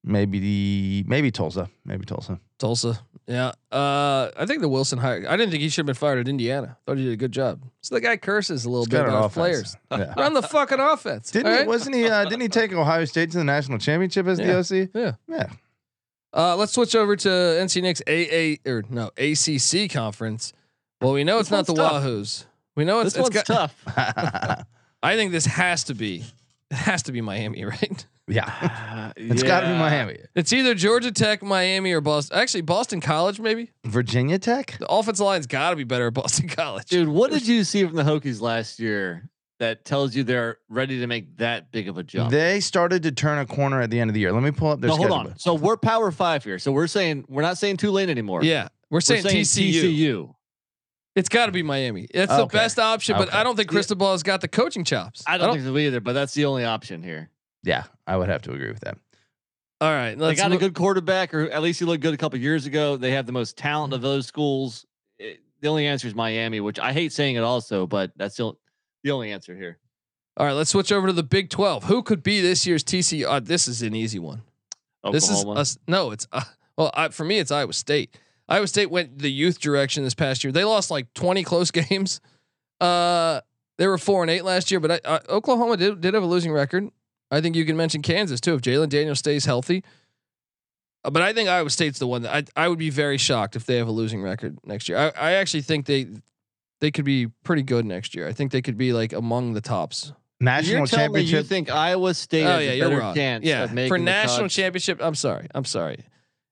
[SPEAKER 7] Maybe the maybe Tulsa. Maybe Tulsa.
[SPEAKER 1] Tulsa. Yeah. Uh, I think the Wilson hire. I didn't think he should have been fired at Indiana. Thought he did a good job. So the guy curses a little
[SPEAKER 7] It's
[SPEAKER 1] bit
[SPEAKER 7] got an
[SPEAKER 1] about his
[SPEAKER 7] offense.
[SPEAKER 1] players.
[SPEAKER 7] Yeah.
[SPEAKER 1] Run the fucking offense.
[SPEAKER 7] Didn't
[SPEAKER 1] all
[SPEAKER 7] he,
[SPEAKER 1] right?
[SPEAKER 7] wasn't he? Uh, didn't he take Ohio State to the national championship as
[SPEAKER 1] Yeah.
[SPEAKER 7] the OC?
[SPEAKER 1] Yeah.
[SPEAKER 7] Yeah.
[SPEAKER 1] Uh, let's switch over to NC Nick's AA or no ACC conference. Well, we know
[SPEAKER 8] This
[SPEAKER 1] it's not the
[SPEAKER 8] one's tough.
[SPEAKER 1] Wahoos. We know it's,
[SPEAKER 8] this
[SPEAKER 1] it's
[SPEAKER 8] one's
[SPEAKER 1] got,
[SPEAKER 8] tough.
[SPEAKER 1] I think this has to be it has to be Miami, right?
[SPEAKER 7] yeah.
[SPEAKER 8] It's
[SPEAKER 7] It's got to be Miami.
[SPEAKER 1] It's either Georgia Tech, Miami, or Boston. Actually, Boston College, maybe.
[SPEAKER 7] Virginia Tech?
[SPEAKER 1] The offensive line's got to be better at Boston College.
[SPEAKER 8] Dude, what did you see from the Hokies last year that tells you they're ready to make that big of a jump?
[SPEAKER 7] They started to turn a corner at the end of the year. Let me pull up their
[SPEAKER 8] no, hold
[SPEAKER 7] schedule.
[SPEAKER 8] on. So we're power five here. So we're saying we're not saying Tulane anymore.
[SPEAKER 1] yeah, we're
[SPEAKER 8] We're
[SPEAKER 1] saying,
[SPEAKER 8] saying,
[SPEAKER 1] TCU.
[SPEAKER 8] TCU.
[SPEAKER 1] It's got to be Miami. That's the
[SPEAKER 7] Okay.
[SPEAKER 1] best option, but
[SPEAKER 7] Okay.
[SPEAKER 1] I don't think Cristobal has got the coaching chops.
[SPEAKER 8] I don't think so either, but that's the only option here.
[SPEAKER 7] Yeah, I would have to agree with that.
[SPEAKER 1] all right,
[SPEAKER 8] They
[SPEAKER 1] let's
[SPEAKER 8] got a
[SPEAKER 1] move-
[SPEAKER 8] good quarterback, or at least he looked good a couple years ago. They have the most talent of those schools. It- the only answer is Miami, which I hate saying it also, but that's the, on- the only answer here.
[SPEAKER 1] all right. Let's switch over to the Big Twelve. Who could be this year's TCU? Uh, this is an easy one. This is
[SPEAKER 8] Oklahoma.
[SPEAKER 1] us. No, it's uh, well I, for me. It's Iowa State. Iowa State went the youth direction this past year. They lost like twenty close games. Uh, they were four and eight last year, but I, I, Oklahoma did did have a losing record. I think you can mention Kansas too if Jalen Daniels stays healthy. Uh, But I think Iowa State's the one that I, I would be very shocked if they have a losing record next year. I, I actually think they they could be pretty good next year. I think they could be like among the tops.
[SPEAKER 7] National
[SPEAKER 8] You're telling me you
[SPEAKER 7] championship.
[SPEAKER 8] think Iowa State
[SPEAKER 1] oh
[SPEAKER 8] has
[SPEAKER 1] yeah,
[SPEAKER 8] a
[SPEAKER 1] you're
[SPEAKER 8] better
[SPEAKER 1] wrong.
[SPEAKER 8] chance
[SPEAKER 1] Yeah,
[SPEAKER 8] of making
[SPEAKER 1] for
[SPEAKER 8] the
[SPEAKER 1] national
[SPEAKER 8] cuts?
[SPEAKER 1] championship. I'm sorry. I'm sorry.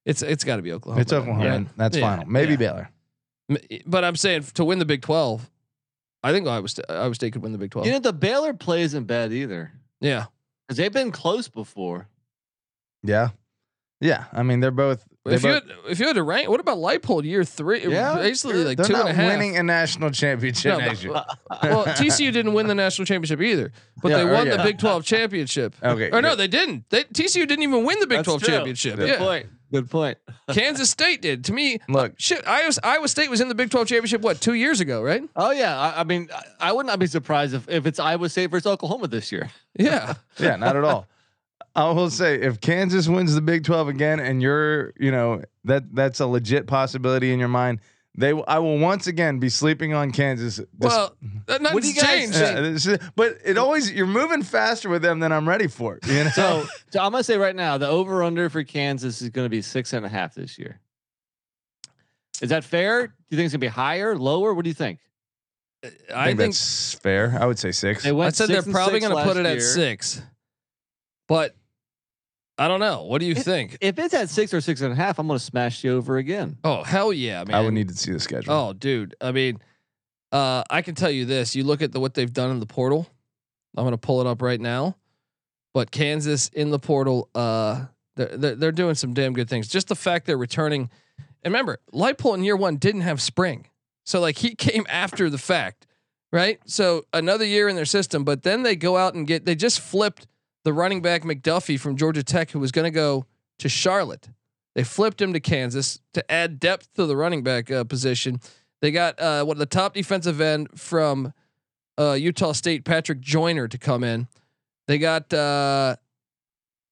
[SPEAKER 1] It's it's got to be Oklahoma.
[SPEAKER 7] it's Oklahoma.
[SPEAKER 1] Oh, Yeah.
[SPEAKER 7] That's
[SPEAKER 1] Yeah,
[SPEAKER 7] final. Maybe
[SPEAKER 1] yeah.
[SPEAKER 7] Baylor.
[SPEAKER 1] M- But I'm saying to win the Big Twelve, I think Iowa State, Iowa State could win the Big Twelve.
[SPEAKER 8] You know, the Baylor play isn't bad either
[SPEAKER 1] yeah,
[SPEAKER 8] because they've been close before.
[SPEAKER 7] Yeah. Yeah. I mean, they're both. They're,
[SPEAKER 1] if you
[SPEAKER 7] both,
[SPEAKER 1] had, if you had to rank, what about Leipold year three? It was
[SPEAKER 8] Yeah,
[SPEAKER 1] basically like
[SPEAKER 7] they're
[SPEAKER 1] two
[SPEAKER 7] not
[SPEAKER 1] and a half.
[SPEAKER 7] winning a national championship
[SPEAKER 1] No, but-
[SPEAKER 7] next year.
[SPEAKER 1] well, TCU didn't win the national championship either, but
[SPEAKER 7] Yeah,
[SPEAKER 1] they
[SPEAKER 8] oh,
[SPEAKER 7] or
[SPEAKER 1] won the
[SPEAKER 7] yeah.
[SPEAKER 1] Big Twelve championship.
[SPEAKER 7] Okay,
[SPEAKER 1] or no,
[SPEAKER 7] yeah.
[SPEAKER 1] they didn't. They, TCU didn't even win the Big
[SPEAKER 8] That's
[SPEAKER 1] Twelve
[SPEAKER 8] true.
[SPEAKER 1] championship.
[SPEAKER 8] Good
[SPEAKER 1] Yeah,
[SPEAKER 8] point. Good point.
[SPEAKER 1] Kansas State did. To me,
[SPEAKER 7] Look,
[SPEAKER 1] shit, Iowa, Iowa State was in the Big Twelve championship what two years ago, right?
[SPEAKER 8] Oh yeah, I, I mean, I, I would not be surprised if, if it's Iowa State versus Oklahoma this year.
[SPEAKER 1] Yeah.
[SPEAKER 7] yeah, not at all. I will say if Kansas wins the Big 12 again and you're, you know, that that's a legit possibility in your mind, they will- I will once again be sleeping on Kansas. this-
[SPEAKER 1] Well, that
[SPEAKER 8] What do
[SPEAKER 1] nothing's
[SPEAKER 8] you guys
[SPEAKER 1] changed.
[SPEAKER 7] Mm-hmm. Yeah, this is- but it always you're moving faster with them than I'm ready for. You know?
[SPEAKER 8] So, so I'm gonna say right now, the over under for Kansas is gonna be six and a half this year. Is that fair? Do you think it's gonna be higher, lower? What do you think?
[SPEAKER 1] I think,
[SPEAKER 7] that's fair. I would say six.
[SPEAKER 8] They went
[SPEAKER 1] I said
[SPEAKER 8] six
[SPEAKER 1] they're
[SPEAKER 8] and
[SPEAKER 1] probably
[SPEAKER 8] six
[SPEAKER 1] going to
[SPEAKER 8] last
[SPEAKER 1] put it at
[SPEAKER 8] year.
[SPEAKER 1] six, but I don't know. What do you think?
[SPEAKER 8] If it's at six or six and a half, I'm gonna smash you over again.
[SPEAKER 1] Oh hell yeah, man!
[SPEAKER 7] I would need to see the schedule.
[SPEAKER 1] Oh dude, I mean, uh, I can tell you this. You look at the what they've done in the portal. I'm going to pull it up right now. But Kansas in the portal, uh, they're, they're they're doing some damn good things. Just the fact they're returning. And remember, Leipold in year one didn't have spring, so like he came after the fact. right? So another year in their system, but then they go out and get they just flipped the running back McDuffie from Georgia Tech who was going to go to Charlotte. They flipped him to Kansas to add depth to the running back uh, position. They got uh, one of the top defensive end from uh, Utah State, Patrick Joyner, to come in. They got uh,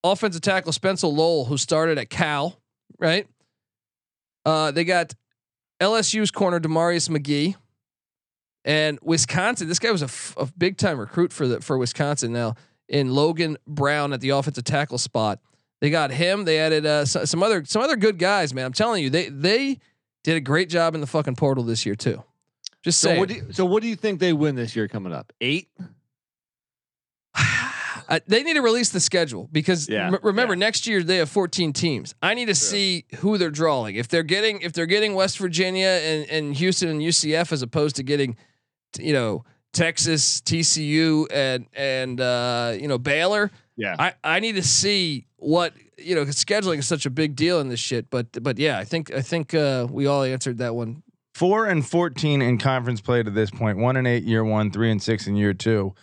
[SPEAKER 1] offensive tackle Spencer Lowell, who started at Cal, right? Uh, they got LSU's corner Demarius McGee, and Wisconsin. This guy was a, f- a big time recruit for the for Wisconsin now in Logan Brown at the offensive tackle spot. They got him. They added uh, so- some other some other good guys, man. I'm telling you, they they did a great job in the fucking portal this year too. Just
[SPEAKER 8] So
[SPEAKER 1] saying.
[SPEAKER 8] what, do you, so what do you think they win this year coming up? Eight?
[SPEAKER 1] Uh, they need to release the schedule because
[SPEAKER 8] Yeah,
[SPEAKER 1] m- remember next year they have 14 teams. I need to see who they're drawing. If they're getting if they're getting West Virginia and and Houston and UCF as opposed to getting t- you know Texas, TCU and and uh, you know Baylor.
[SPEAKER 7] Yeah.
[SPEAKER 1] I I need to see what you know 'cause scheduling is such a big deal in this shit. But but yeah, I think I think uh, we all answered that one.
[SPEAKER 7] Four and fourteen in conference play to this point. One and eight year one, three and six in year two.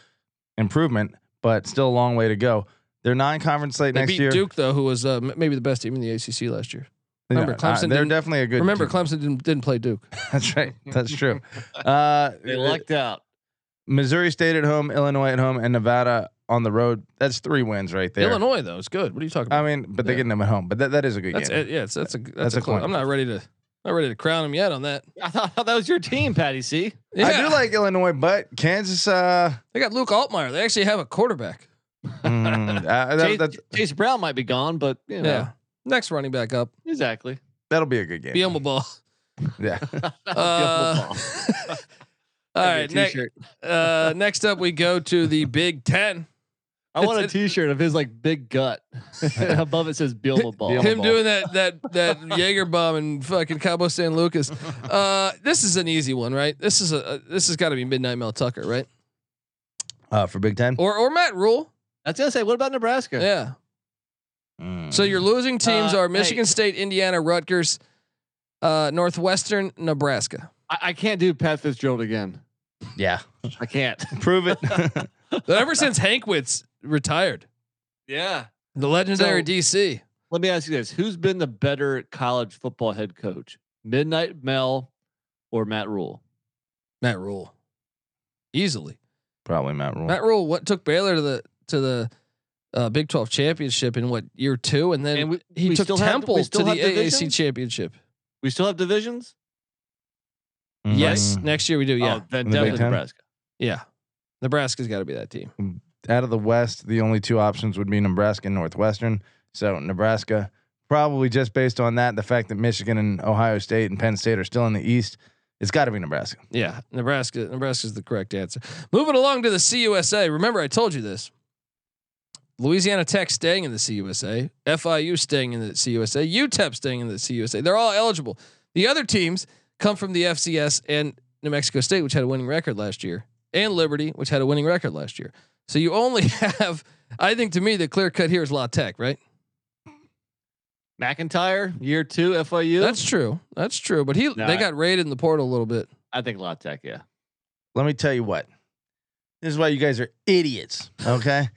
[SPEAKER 7] Improvement, but still a long way to go. Their non-conference slate
[SPEAKER 1] They
[SPEAKER 7] next
[SPEAKER 1] beat
[SPEAKER 7] year.
[SPEAKER 1] Duke though, who was uh, m- maybe the best team in the ACC last year. remember,
[SPEAKER 7] uh,
[SPEAKER 1] Clemson
[SPEAKER 7] they're
[SPEAKER 1] didn't-
[SPEAKER 7] definitely a good.
[SPEAKER 1] remember,
[SPEAKER 7] team.
[SPEAKER 1] Clemson didn't, didn't play Duke.
[SPEAKER 7] That's right. That's true. Uh,
[SPEAKER 8] They lucked out.
[SPEAKER 7] Missouri State at home, Illinois at home, and Nevada on the road. That's three wins right there.
[SPEAKER 1] Illinois though is good. What are you talking about?
[SPEAKER 7] I mean, but they're
[SPEAKER 1] Yeah.
[SPEAKER 7] getting them at home. But that, that is a good
[SPEAKER 1] That's
[SPEAKER 7] game.
[SPEAKER 1] it. Yeah, it's, that's a that's,
[SPEAKER 7] That's
[SPEAKER 1] a,
[SPEAKER 7] a
[SPEAKER 1] close.
[SPEAKER 7] coin.
[SPEAKER 1] I'm not ready to not ready to crown him yet on that.
[SPEAKER 8] I thought that was your team, Patty C.
[SPEAKER 1] Yeah.
[SPEAKER 7] I do like Illinois, but Kansas. Uh,
[SPEAKER 1] they got Luke Altmaier. They actually have a quarterback.
[SPEAKER 7] mm, uh,
[SPEAKER 8] Chase,
[SPEAKER 7] that, that's,
[SPEAKER 8] Chase Brown might be gone, but you know,
[SPEAKER 1] Yeah. Next running back up,
[SPEAKER 8] exactly.
[SPEAKER 7] that'll be a good game.
[SPEAKER 1] Bielma Ball.
[SPEAKER 7] Yeah.
[SPEAKER 1] Uh, all right.
[SPEAKER 8] That'd be a
[SPEAKER 1] Next,
[SPEAKER 8] t-shirt.
[SPEAKER 1] uh, next up, we go to the Big Ten.
[SPEAKER 8] I want a
[SPEAKER 1] it's-
[SPEAKER 8] T-shirt of his like big gut. Above it says Bielma Ball.
[SPEAKER 7] Bielma
[SPEAKER 1] Him
[SPEAKER 7] Ball.
[SPEAKER 1] doing that that that Jaeger bomb and fucking Cabo San Lucas. Uh, this is an easy one, right? This is a, a this has got to be Midnight Mel Tucker, right?
[SPEAKER 7] Uh, for Big Ten.
[SPEAKER 1] Or or Matt Rule.
[SPEAKER 8] That's gonna say. What about Nebraska?
[SPEAKER 1] Yeah.
[SPEAKER 7] Mm.
[SPEAKER 1] So your losing teams
[SPEAKER 8] Uh,
[SPEAKER 1] are Michigan
[SPEAKER 8] hey.
[SPEAKER 1] State, Indiana, Rutgers, uh, Northwestern, Nebraska.
[SPEAKER 8] I, I can't do Pat Fitzgerald again.
[SPEAKER 7] Yeah.
[SPEAKER 8] I can't.
[SPEAKER 7] Prove it.
[SPEAKER 1] But ever since Hankwitz retired,
[SPEAKER 8] yeah.
[SPEAKER 1] the legendary
[SPEAKER 8] So-
[SPEAKER 1] DC.
[SPEAKER 8] Let me ask you this: Who's been the better college football head coach, Midnight Mel or Matt Rule?
[SPEAKER 1] Matt Rule, easily.
[SPEAKER 7] Probably Matt Rule.
[SPEAKER 1] Matt Rule what took Baylor to the to the uh, Big Twelve championship in what year two, and then
[SPEAKER 8] And we-
[SPEAKER 1] he
[SPEAKER 8] we
[SPEAKER 1] took
[SPEAKER 8] still have- we
[SPEAKER 1] Temple to
[SPEAKER 8] still
[SPEAKER 1] the
[SPEAKER 8] have
[SPEAKER 1] AAC
[SPEAKER 8] divisions?
[SPEAKER 1] championship.
[SPEAKER 8] We still have divisions.
[SPEAKER 7] Mm.
[SPEAKER 1] Yes, next year we do. Yeah,
[SPEAKER 8] Oh, then
[SPEAKER 7] In the Big
[SPEAKER 8] definitely
[SPEAKER 7] Ten?
[SPEAKER 8] Nebraska.
[SPEAKER 1] yeah. Nebraska's got to be that team.
[SPEAKER 7] Out of the West, the only two options would be Nebraska and Northwestern. So Nebraska, probably just based on that, the fact that Michigan and Ohio State and Penn State are still in the East, it's got to be Nebraska.
[SPEAKER 1] Yeah, Nebraska. Nebraska's the correct answer. Moving along to the CUSA. Remember, I told you this. Louisiana Tech staying in the CUSA, FIU staying in the CUSA, UTEP E staying in the CUSA. They're all eligible. The other teams come from the FCS and New Mexico State, which had a winning record last year, and Liberty, which had a winning record last year. So you only have, I think, to me, the clear cut here is La Tech, right?
[SPEAKER 8] McIntyre, year two, FIU.
[SPEAKER 1] That's true. That's true. But he, they
[SPEAKER 8] I-
[SPEAKER 1] got raided in the portal a little bit.
[SPEAKER 8] I think La Tech. Yeah.
[SPEAKER 7] let me tell you what. This is why you guys are idiots, okay?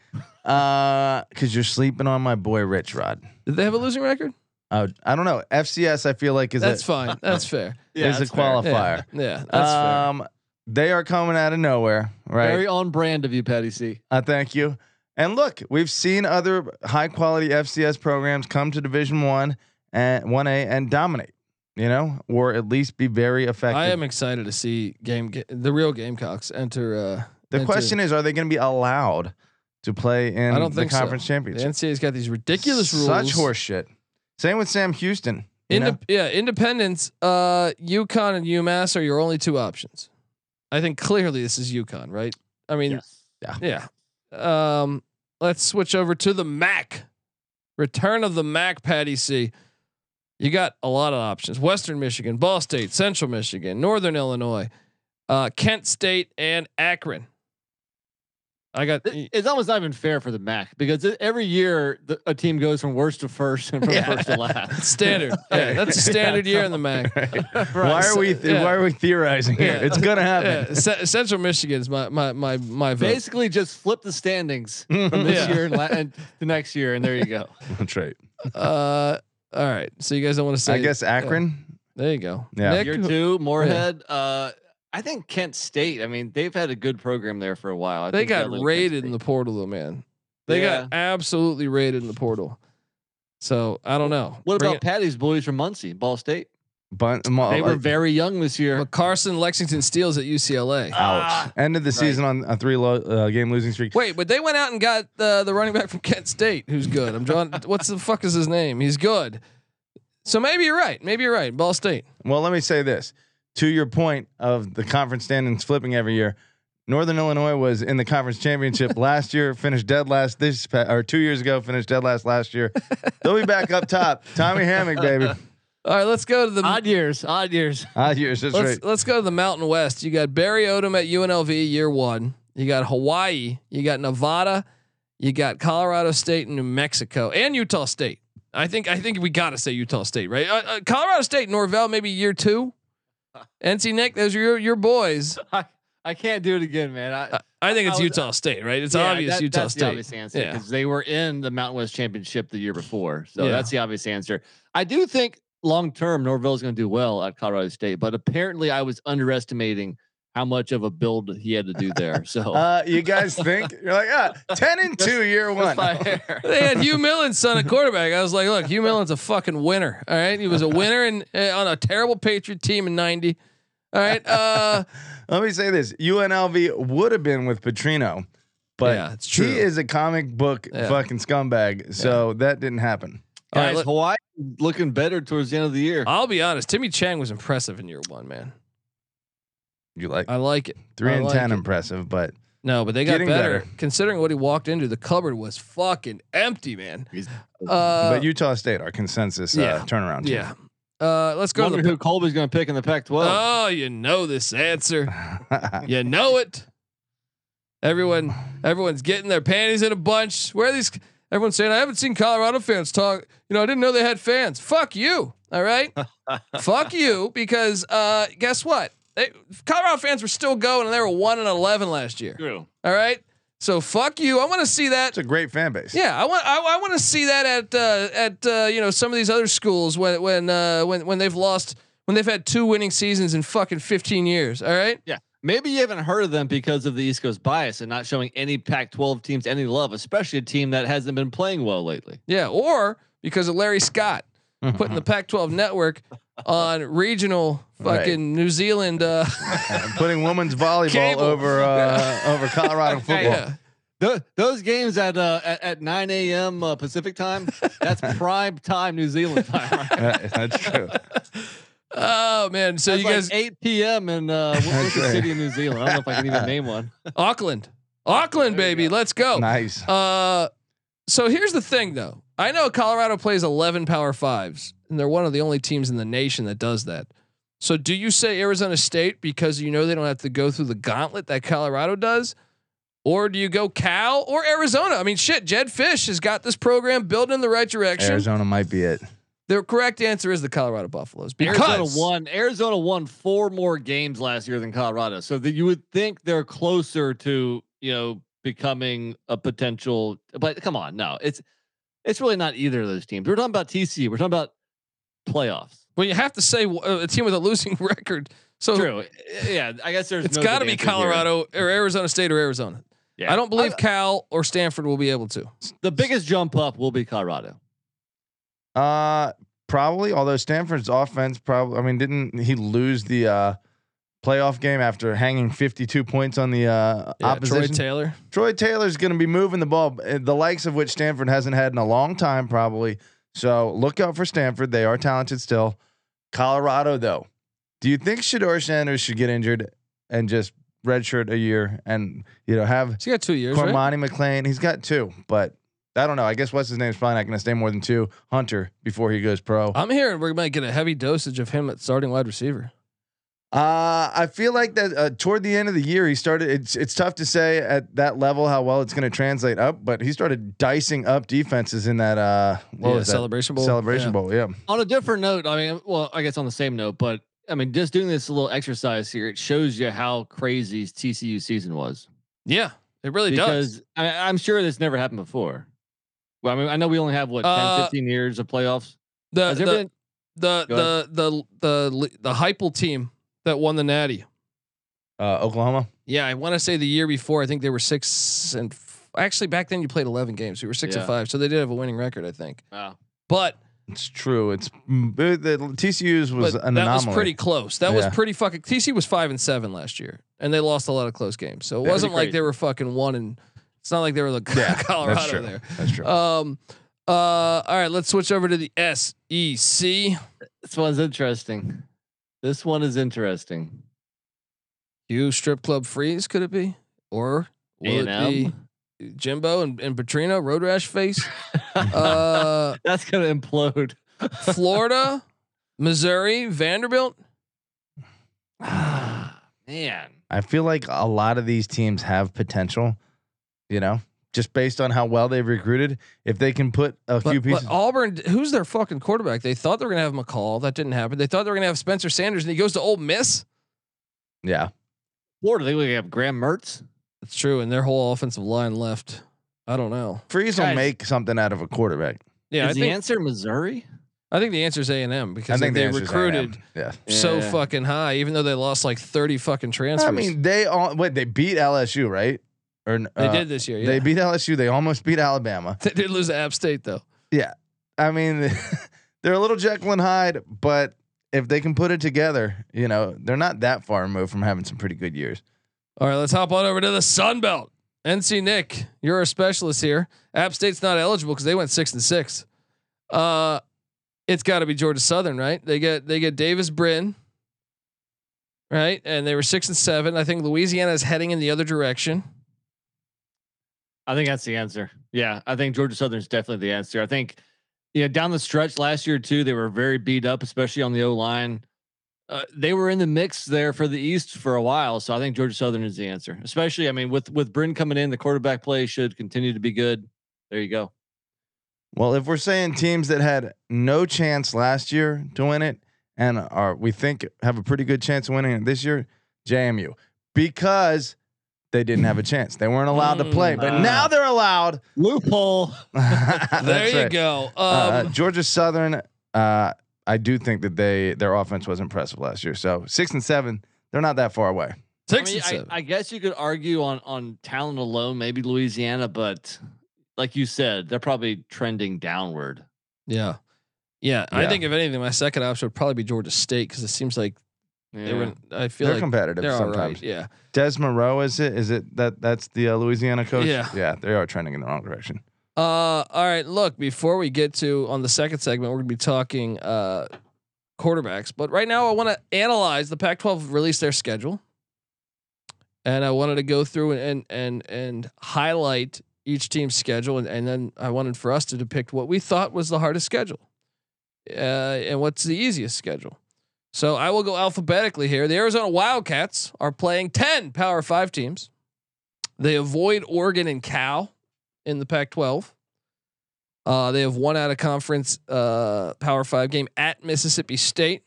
[SPEAKER 7] Uh, cuz you're sleeping on my boy Rich Rod.
[SPEAKER 1] Did they have a losing record?
[SPEAKER 7] Uh, I don't know. FCS I feel like is
[SPEAKER 1] That's
[SPEAKER 7] a
[SPEAKER 1] fine. That's fair.
[SPEAKER 7] is a qualifier.
[SPEAKER 1] Yeah, yeah, that's fair.
[SPEAKER 8] Uh,
[SPEAKER 7] um they are coming out of nowhere, right?
[SPEAKER 8] Very on brand of you, Patty C.
[SPEAKER 7] Uh, thank you. And look, we've seen other high quality FCS programs come to Division 1 and 1A and dominate, you know, or at least be very effective.
[SPEAKER 1] I am excited to see game Ga- the real Gamecocks enter. Uh,
[SPEAKER 7] the
[SPEAKER 1] enter-
[SPEAKER 7] question is are they going to be allowed to play in
[SPEAKER 1] I don't
[SPEAKER 7] the
[SPEAKER 1] think so.
[SPEAKER 7] conference
[SPEAKER 1] the
[SPEAKER 7] championship?
[SPEAKER 1] NCAA's got these ridiculous rules.
[SPEAKER 7] Such horse shit. Same with Sam Houston. you know?
[SPEAKER 1] Inde- yeah, Independence, uh, UConn and UMass are your only two options. I think clearly this is UConn, right? I mean, yeah. Um, let's switch over to the Mac. Return of the Mac, Patty C. You got a lot of options: Western Michigan, Ball State, Central Michigan, Northern Illinois, uh, Kent State, and Akron. I got
[SPEAKER 8] It- It's almost not even fair for the MAC because it- every year the, a team goes from worst to first and from
[SPEAKER 1] Yeah.
[SPEAKER 8] first to last.
[SPEAKER 1] standard. Yeah, that's a standard year in the MAC.
[SPEAKER 7] Why are we th-
[SPEAKER 1] Yeah.
[SPEAKER 7] why are we theorizing here?
[SPEAKER 1] Yeah.
[SPEAKER 7] It's gonna happen.
[SPEAKER 1] Yeah, C- Central Michigan is my my my my vote.
[SPEAKER 8] Basically, just flip the standings from this
[SPEAKER 1] Yeah.
[SPEAKER 8] year and, la- and the next year, and there you go.
[SPEAKER 7] That's right.
[SPEAKER 1] Uh, all right. So you guys don't want to say?
[SPEAKER 7] I guess Akron.
[SPEAKER 1] There you go.
[SPEAKER 7] Yeah.
[SPEAKER 1] Nick,
[SPEAKER 8] Year
[SPEAKER 1] who-
[SPEAKER 8] two, Moorhead. Uh, I think Kent State. I mean, they've had a good program there for a while. I
[SPEAKER 1] they
[SPEAKER 8] think
[SPEAKER 1] got
[SPEAKER 8] they'll look
[SPEAKER 1] raided
[SPEAKER 8] Kent
[SPEAKER 1] in
[SPEAKER 8] State.
[SPEAKER 1] the portal, though, man. They got absolutely raided in the portal. So I don't know.
[SPEAKER 8] What
[SPEAKER 1] Bring
[SPEAKER 8] about Patty's boys from Muncie, Ball State?
[SPEAKER 7] Bun- mo-
[SPEAKER 8] They were
[SPEAKER 7] like,
[SPEAKER 8] very young this
[SPEAKER 1] it-
[SPEAKER 8] year.
[SPEAKER 1] Well, Carson Lexington Steals at UCLA?
[SPEAKER 8] Ah.
[SPEAKER 7] ouch. Ended the season on a three lo- uh, game losing streak.
[SPEAKER 1] Wait, but they went out and got the the running back from Kent State, who's good. I'm drawing. what's the fuck is his name? He's good. So maybe you're right. Maybe you're right. Ball State.
[SPEAKER 7] Well, let me say this to your point of the conference standings flipping every year. Northern Illinois was in the conference championship last year, finished dead last this pa- or two years ago, finished dead last last year. They'll be back up top. Tommy Hammock, baby.
[SPEAKER 1] All right, let's go to the
[SPEAKER 8] Odd years, odd years.
[SPEAKER 7] Odd years, that's
[SPEAKER 1] let's,
[SPEAKER 7] right.
[SPEAKER 1] let's go to the Mountain West. You got Barry Odom at UNLV year one. You got Hawaii. You got Nevada. You got Colorado State and New Mexico and Utah State. I think I think we gotta say Utah State, right? Uh, uh, Colorado State, Norvell, maybe year two. NC Nick, those are your your boys.
[SPEAKER 8] I, I can't do it again, man. I,
[SPEAKER 1] Uh, I think it's
[SPEAKER 8] I was-
[SPEAKER 1] Utah State, right? It's
[SPEAKER 8] Yeah,
[SPEAKER 1] obvious
[SPEAKER 8] that-
[SPEAKER 1] Utah
[SPEAKER 8] that's
[SPEAKER 1] State.
[SPEAKER 8] The obvious answer
[SPEAKER 1] Yeah.
[SPEAKER 8] because they were in the Mountain West Championship the year before, so
[SPEAKER 1] Yeah.
[SPEAKER 8] that's the obvious answer. I do think long term Norville's going to do well at Colorado State, but apparently I was underestimating how much of a build he had to do there. So
[SPEAKER 7] Uh, you guys think you're like ah, ten and two year one.
[SPEAKER 8] Just by hair.
[SPEAKER 1] they had Hugh Millen's son at quarterback. I was like, look, Hugh Millen's a fucking winner. All right, he was a winner and uh, on a terrible Patriot team in '90. All right, uh,
[SPEAKER 7] Let me say this: UNLV would have been with Petrino, but
[SPEAKER 1] Yeah, it's true.
[SPEAKER 7] he is a comic book
[SPEAKER 1] Yeah.
[SPEAKER 7] fucking scumbag, so that didn't happen.
[SPEAKER 1] all right,
[SPEAKER 8] guys,
[SPEAKER 1] let-
[SPEAKER 8] Hawaii looking better towards the end of the year.
[SPEAKER 1] I'll be honest. Timmy Chang was impressive in year one, man.
[SPEAKER 7] You like
[SPEAKER 1] I like it.
[SPEAKER 7] three
[SPEAKER 1] I
[SPEAKER 7] and
[SPEAKER 1] like
[SPEAKER 7] ten,
[SPEAKER 1] it.
[SPEAKER 7] impressive, but
[SPEAKER 1] No, but they got
[SPEAKER 7] Getting
[SPEAKER 1] better.
[SPEAKER 7] better.
[SPEAKER 1] Considering what he walked into, the cupboard was fucking empty, man. Uh,
[SPEAKER 7] but Utah State, our consensus
[SPEAKER 1] yeah.
[SPEAKER 7] uh, turnaround. team.
[SPEAKER 1] yeah. Uh, let's go to
[SPEAKER 8] Wonder
[SPEAKER 1] the.
[SPEAKER 8] who Colby's going to pick in the Pac-12.
[SPEAKER 1] Oh, you know this answer. You know it. Everyone, everyone's getting their panties in a bunch. Where are these? Everyone's saying, "I haven't seen Colorado fans talk." You know, I didn't know they had fans. Fuck you. All right. Fuck you, because uh, guess what? They, Colorado fans were still going, and they were one and eleven last year.
[SPEAKER 8] True.
[SPEAKER 1] All right. So fuck you. I want to see that.
[SPEAKER 7] it's a great fan base.
[SPEAKER 1] Yeah, I want I, I want to see that at uh, at uh, you know some of these other schools when when uh, when when they've lost when they've had two winning seasons in fucking 15 years. All right.
[SPEAKER 8] Yeah. Maybe you haven't heard of them because of the East Coast bias and not showing any Pac 12 teams any love, especially a team that hasn't been playing well lately.
[SPEAKER 1] Yeah, or because of Larry Scott putting the Pac-12 network on regional
[SPEAKER 7] Right.
[SPEAKER 1] fucking New Zealand. Uh,
[SPEAKER 7] I'm putting women's volleyball
[SPEAKER 1] Cable.
[SPEAKER 7] over uh, over Colorado football.
[SPEAKER 1] yeah.
[SPEAKER 8] Tho- those games at, uh, at, at 9 a.m. Uh, Pacific time, that's prime time New Zealand time. Right?
[SPEAKER 7] That- that's true.
[SPEAKER 1] Oh man, so
[SPEAKER 8] That's
[SPEAKER 1] you
[SPEAKER 8] like
[SPEAKER 1] guys
[SPEAKER 8] 8 p.m. in uh, what- what's the
[SPEAKER 7] right.
[SPEAKER 8] city in New Zealand? I don't know if I can even name one.
[SPEAKER 1] Auckland, Auckland
[SPEAKER 8] There you
[SPEAKER 1] baby,
[SPEAKER 8] go.
[SPEAKER 1] let's go.
[SPEAKER 7] Nice.
[SPEAKER 1] Uh, so here's the thing, though. I know Colorado plays 11 Power Fives, and they're one of the only teams in the nation that does that. So do you say Arizona State because you know they don't have to go through the gauntlet that Colorado does? Or do you go Cal or Arizona? I mean, shit, Jed Fish has got this program built in the right direction.
[SPEAKER 7] Arizona might be it.
[SPEAKER 1] The correct answer is the Colorado Buffaloes because
[SPEAKER 8] Arizona won. Arizona won four more games last year than Colorado, so that you would think they're closer to you know becoming a potential. But come on, no, it's it's really not either of those teams. We're talking about TCU. We're talking about playoffs.
[SPEAKER 1] Well, you have to say uh, a team with a losing record. So
[SPEAKER 8] True. eh, Yeah, I guess there's.
[SPEAKER 1] it's
[SPEAKER 8] no
[SPEAKER 1] got to
[SPEAKER 8] good
[SPEAKER 1] be
[SPEAKER 8] answer here.
[SPEAKER 1] Colorado or Arizona State or Arizona.
[SPEAKER 8] Yeah.
[SPEAKER 1] I don't believe Cal or Stanford will be able to.
[SPEAKER 8] The biggest jump up will be Colorado.
[SPEAKER 7] Uh, probably. Although Stanford's offense, probably. I mean, didn't he lose the uh, playoff game after hanging 52 points on the uh,
[SPEAKER 1] Yeah, Troy
[SPEAKER 7] opposition?
[SPEAKER 1] Taylor.
[SPEAKER 7] Troy Taylor's going to be moving the ball, uh, the likes of which Stanford hasn't had in a long time, probably. So look out for Stanford. They are talented still. Colorado, though, do you think Shador Sanders should get injured and just redshirt a year and you know have
[SPEAKER 1] She got two years, right?
[SPEAKER 7] Cormani McLean? He's got two, but I don't know. I guess what's his name's probably not going to stay more than two. Hunter before he goes pro.
[SPEAKER 1] I'm hearing we might get a heavy dosage of him at starting wide receiver.
[SPEAKER 7] Uh, I feel like that uh, toward the end of the year, he started. It's it's tough to say at that level how well it's going to translate up, but he started dicing up defenses in that uh what
[SPEAKER 1] Yeah,
[SPEAKER 7] was that?
[SPEAKER 1] Celebration Bowl?
[SPEAKER 7] Celebration
[SPEAKER 8] Yeah.
[SPEAKER 7] bowl, yeah.
[SPEAKER 8] on a different note, I mean, well, I guess on the same note, but I mean, just doing this little exercise here, it shows you how crazy TCU season was.
[SPEAKER 1] Yeah, it really does.
[SPEAKER 8] because I, I'm sure this never happened before. Well, I mean, I know we only have what 10,
[SPEAKER 1] Uh,
[SPEAKER 8] 15 years of playoffs.
[SPEAKER 1] The
[SPEAKER 8] Has there
[SPEAKER 1] the
[SPEAKER 8] been?
[SPEAKER 1] the,
[SPEAKER 8] Go
[SPEAKER 1] the the the the Hypel team that won the Natty.
[SPEAKER 7] Uh, Oklahoma.
[SPEAKER 1] Yeah, I want to say the year before, I think they were six and f- actually back then you played eleven games. We were six and
[SPEAKER 8] Yeah.
[SPEAKER 1] five, so they did have a winning record, I think.
[SPEAKER 8] Wow.
[SPEAKER 1] But
[SPEAKER 7] It's true. It's mm, the the TCU's was
[SPEAKER 1] but
[SPEAKER 7] an
[SPEAKER 1] that
[SPEAKER 7] anomaly.
[SPEAKER 1] was pretty close. That was
[SPEAKER 7] Yeah.
[SPEAKER 1] pretty fucking. TC was five and seven last year, and they lost a lot of close games. So it
[SPEAKER 8] Pretty
[SPEAKER 1] wasn't like
[SPEAKER 8] crazy.
[SPEAKER 1] they were fucking one and. It's not like they were like
[SPEAKER 7] Yeah,
[SPEAKER 1] Colorado
[SPEAKER 7] that's true.
[SPEAKER 1] there.
[SPEAKER 7] That's true.
[SPEAKER 1] Um. Uh. All right. Let's switch over to the E SEC.
[SPEAKER 8] This one's interesting. This one is interesting.
[SPEAKER 1] You strip club freeze? Could it be? Or will it
[SPEAKER 8] A&M.
[SPEAKER 1] be Jimbo and, and Petrino road rash face? uh,
[SPEAKER 8] That's gonna implode.
[SPEAKER 1] Florida, Missouri, Vanderbilt.
[SPEAKER 8] Man,
[SPEAKER 7] I feel like a lot of these teams have potential, you know, just based on how well they've recruited. If they can put a few
[SPEAKER 1] But, but
[SPEAKER 7] pieces,
[SPEAKER 1] Auburn, who's their fucking quarterback? They thought they were gonna have McCall. That didn't happen. They thought they were gonna have Spencer Sanders, and he goes to Ole Miss.
[SPEAKER 7] yeah,
[SPEAKER 8] Florida. They look have Graham Mertz.
[SPEAKER 1] That's true, and their whole offensive line left. I don't know.
[SPEAKER 7] Freeze will
[SPEAKER 8] Guys.
[SPEAKER 7] make something out of a quarterback.
[SPEAKER 1] Yeah,
[SPEAKER 8] is
[SPEAKER 1] I
[SPEAKER 8] the
[SPEAKER 1] think,
[SPEAKER 8] answer Missouri?
[SPEAKER 1] I think the answer is A and M
[SPEAKER 7] I
[SPEAKER 1] because
[SPEAKER 7] think
[SPEAKER 1] they
[SPEAKER 7] the answer's
[SPEAKER 1] recruited
[SPEAKER 7] A&M. Yeah,
[SPEAKER 1] so
[SPEAKER 8] Yeah.
[SPEAKER 1] fucking high, even though they lost like thirty fucking transfers.
[SPEAKER 7] I mean, they all what they beat LSU, right? Or n-
[SPEAKER 1] they
[SPEAKER 7] uh,
[SPEAKER 1] did this year. Yeah.
[SPEAKER 7] They beat LSU. They almost beat Alabama.
[SPEAKER 1] They did lose to App State though.
[SPEAKER 7] I mean, they're a little Jekyll and Hyde, but if they can put it together, you know, they're not that far removed from having some pretty good years.
[SPEAKER 1] All right, let's hop on over to the Sun Belt. NC Nick, you're a specialist here. App State's not eligible because they went six and six. Uh, it's got to be Georgia Southern, right? They get they get Davis Brin, right? And they were six and seven. I think Louisiana is heading in the other direction.
[SPEAKER 8] I think that's the answer. Yeah, I think Georgia Southern's definitely the answer. I think, you know, down the stretch last year too, they were very beat up, especially on the O line. Uh, they were in the mix there for the East for a while, so I think Georgia Southern is the answer. Especially, I mean, with with Bryn coming in, the quarterback play should continue to be good. There you go.
[SPEAKER 7] Well, if we're saying teams that had no chance last year to win it and are we think have a pretty good chance of winning it this year, JMU because they didn't have a chance. They weren't allowed to play, but
[SPEAKER 8] Mm.
[SPEAKER 7] now they're allowed.
[SPEAKER 8] Loophole.
[SPEAKER 1] there
[SPEAKER 7] That's
[SPEAKER 1] you
[SPEAKER 7] right.
[SPEAKER 1] go. Um,
[SPEAKER 7] Uh, Georgia Southern. Uh, I do think that they their offense was impressive last year. So six and seven, they're not that far away.
[SPEAKER 8] I,
[SPEAKER 1] six
[SPEAKER 8] mean,
[SPEAKER 1] and
[SPEAKER 8] I,
[SPEAKER 1] seven.
[SPEAKER 8] I guess you could argue on on talent alone, maybe Louisiana, but like you said, they're probably trending downward.
[SPEAKER 1] yeah. yeah, I
[SPEAKER 7] Yeah.
[SPEAKER 1] think if anything, my second option would probably be Georgia State because it seems like
[SPEAKER 8] Yeah.
[SPEAKER 1] they were. I feel
[SPEAKER 7] They're
[SPEAKER 1] like
[SPEAKER 7] competitive
[SPEAKER 1] they're all
[SPEAKER 7] sometimes.
[SPEAKER 1] right. Yeah.
[SPEAKER 7] Des Moreau, is it? Is it that that's the uh, Louisiana coach?
[SPEAKER 1] Yeah.
[SPEAKER 7] yeah, they are trending in the wrong direction.
[SPEAKER 1] Uh, all right. Look, before we get to on the second segment, we're gonna be talking uh, quarterbacks. But right now, I want to analyze the Pac-12 released their schedule, and I wanted to go through and and and, and highlight each team's schedule, and, and then I wanted for us to depict what we thought was the hardest schedule, uh, and what's the easiest schedule. So I will go alphabetically here. The Arizona Wildcats are playing ten Power Five teams. They avoid Oregon and Cal in the Pac-12. Uh, they have one out of conference uh, Power Five game at Mississippi State.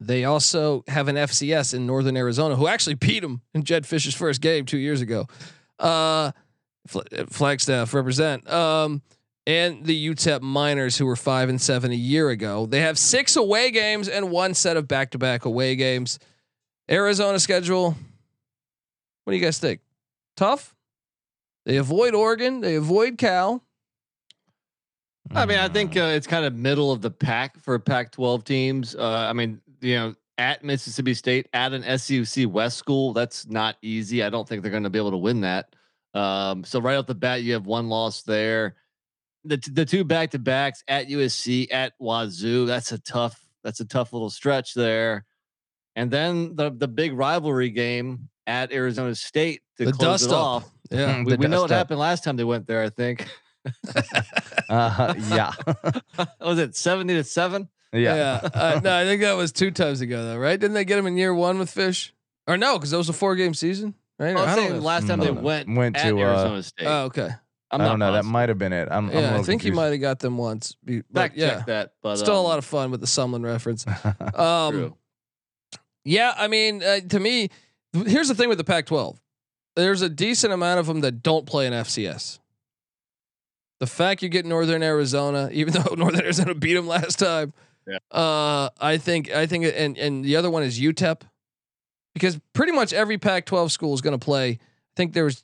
[SPEAKER 1] They also have an FCS in Northern Arizona, who actually beat them in Jed Fish's first game two years ago. Uh, Fl- Flagstaff represent, um, and the UTEP Miners, who were five and seven a year ago. They have six away games and one set of back-to-back away games. Arizona schedule. What do you guys think? Tough. They avoid Oregon. They avoid Cal.
[SPEAKER 8] I mean, I think uh, it's kind of middle of the pack for Pac-12 teams. Uh, I mean, you know, at Mississippi State, at an SEC West school, that's not easy. I don't think they're going to be able to win that. Um, so right off the bat, you have one loss there. The t- the two back to backs at USC, at Wazoo. That's a tough. That's a tough little stretch there. And then the the big rivalry game at Arizona State to
[SPEAKER 1] The
[SPEAKER 8] close
[SPEAKER 1] dust
[SPEAKER 8] it
[SPEAKER 1] up.
[SPEAKER 8] off. Hmm,
[SPEAKER 1] Yeah.
[SPEAKER 8] We,
[SPEAKER 7] The
[SPEAKER 8] we know what
[SPEAKER 7] dust up.
[SPEAKER 8] happened last time they went there. I think
[SPEAKER 7] Uh, yeah.
[SPEAKER 8] was it seventy to seven.
[SPEAKER 7] Yeah.
[SPEAKER 1] Uh, no, I think that was two times ago though, right? Didn't they get him in year one with Fish? Or no, because that was a four game season, right?
[SPEAKER 8] I'm
[SPEAKER 1] I don't
[SPEAKER 8] saying
[SPEAKER 1] know.
[SPEAKER 8] last time
[SPEAKER 7] I
[SPEAKER 8] they
[SPEAKER 7] don't know.
[SPEAKER 8] went
[SPEAKER 7] Went
[SPEAKER 8] at
[SPEAKER 7] to, uh,
[SPEAKER 8] Arizona State.
[SPEAKER 1] Oh, okay.
[SPEAKER 7] i
[SPEAKER 8] I'm
[SPEAKER 7] don't know.
[SPEAKER 8] not
[SPEAKER 7] That might have been it. I'm, I'm a
[SPEAKER 1] Yeah, I
[SPEAKER 7] little
[SPEAKER 1] think you
[SPEAKER 7] confused.
[SPEAKER 1] might have got them once. be- but
[SPEAKER 8] Fact
[SPEAKER 1] yeah,
[SPEAKER 8] check that, but
[SPEAKER 1] still a
[SPEAKER 8] um,
[SPEAKER 1] lot of fun with the Sumlin reference. Um,
[SPEAKER 8] true.
[SPEAKER 1] Yeah, I mean, uh, to me, th- here's the thing with the Pac-12. There's a decent amount of them that don't play in FCS. The fact you get Northern Arizona, even though Northern Arizona beat them last time,
[SPEAKER 8] Yeah.
[SPEAKER 1] uh, I think I think, and and the other one is UTEP, because pretty much every Pac-12 school is going to play. I think there was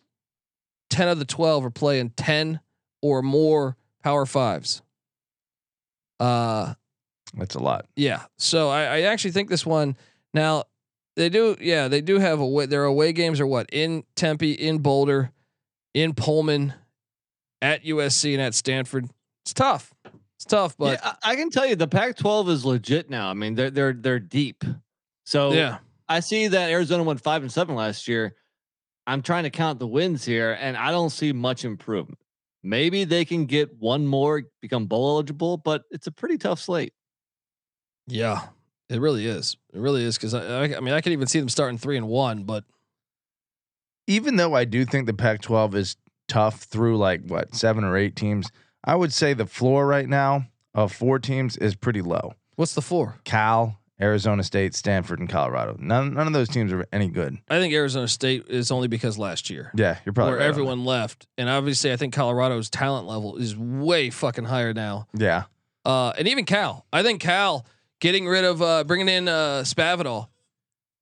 [SPEAKER 1] ten of the twelve are playing ten or more Power Fives. Uh,
[SPEAKER 7] That's a lot.
[SPEAKER 1] yeah. So I, I actually think this one now they do. Yeah, they do have away. Their away games are what in Tempe, in Boulder, in Pullman, at USC, and at Stanford. It's tough. It's tough, but
[SPEAKER 8] yeah, I, I can tell you the Pac-12 is legit now. I mean, they're they're they're deep. So
[SPEAKER 1] yeah,
[SPEAKER 8] I see that Arizona won five and seven last year. I'm trying to count the wins here, and I don't see much improvement. Maybe they can get one more, become bowl eligible, but it's a pretty tough slate.
[SPEAKER 1] yeah. It really is. It really is because I, I, I mean, I could even see them starting three and one, but
[SPEAKER 7] Even though I do think the Pac-12 is tough through like what seven or eight teams, I would say the floor right now of four teams is pretty low.
[SPEAKER 1] what's the four?
[SPEAKER 7] Cal, Arizona State, Stanford, and Colorado. None none of those teams are any good.
[SPEAKER 1] I think Arizona State is only because last year.
[SPEAKER 7] Yeah, you're probably
[SPEAKER 1] where
[SPEAKER 7] right on
[SPEAKER 1] everyone left, and obviously, I think Colorado's talent level is way fucking higher now
[SPEAKER 7] that. Yeah,
[SPEAKER 1] uh, and even Cal. I think Cal getting rid of uh, bringing in uh, Spavital.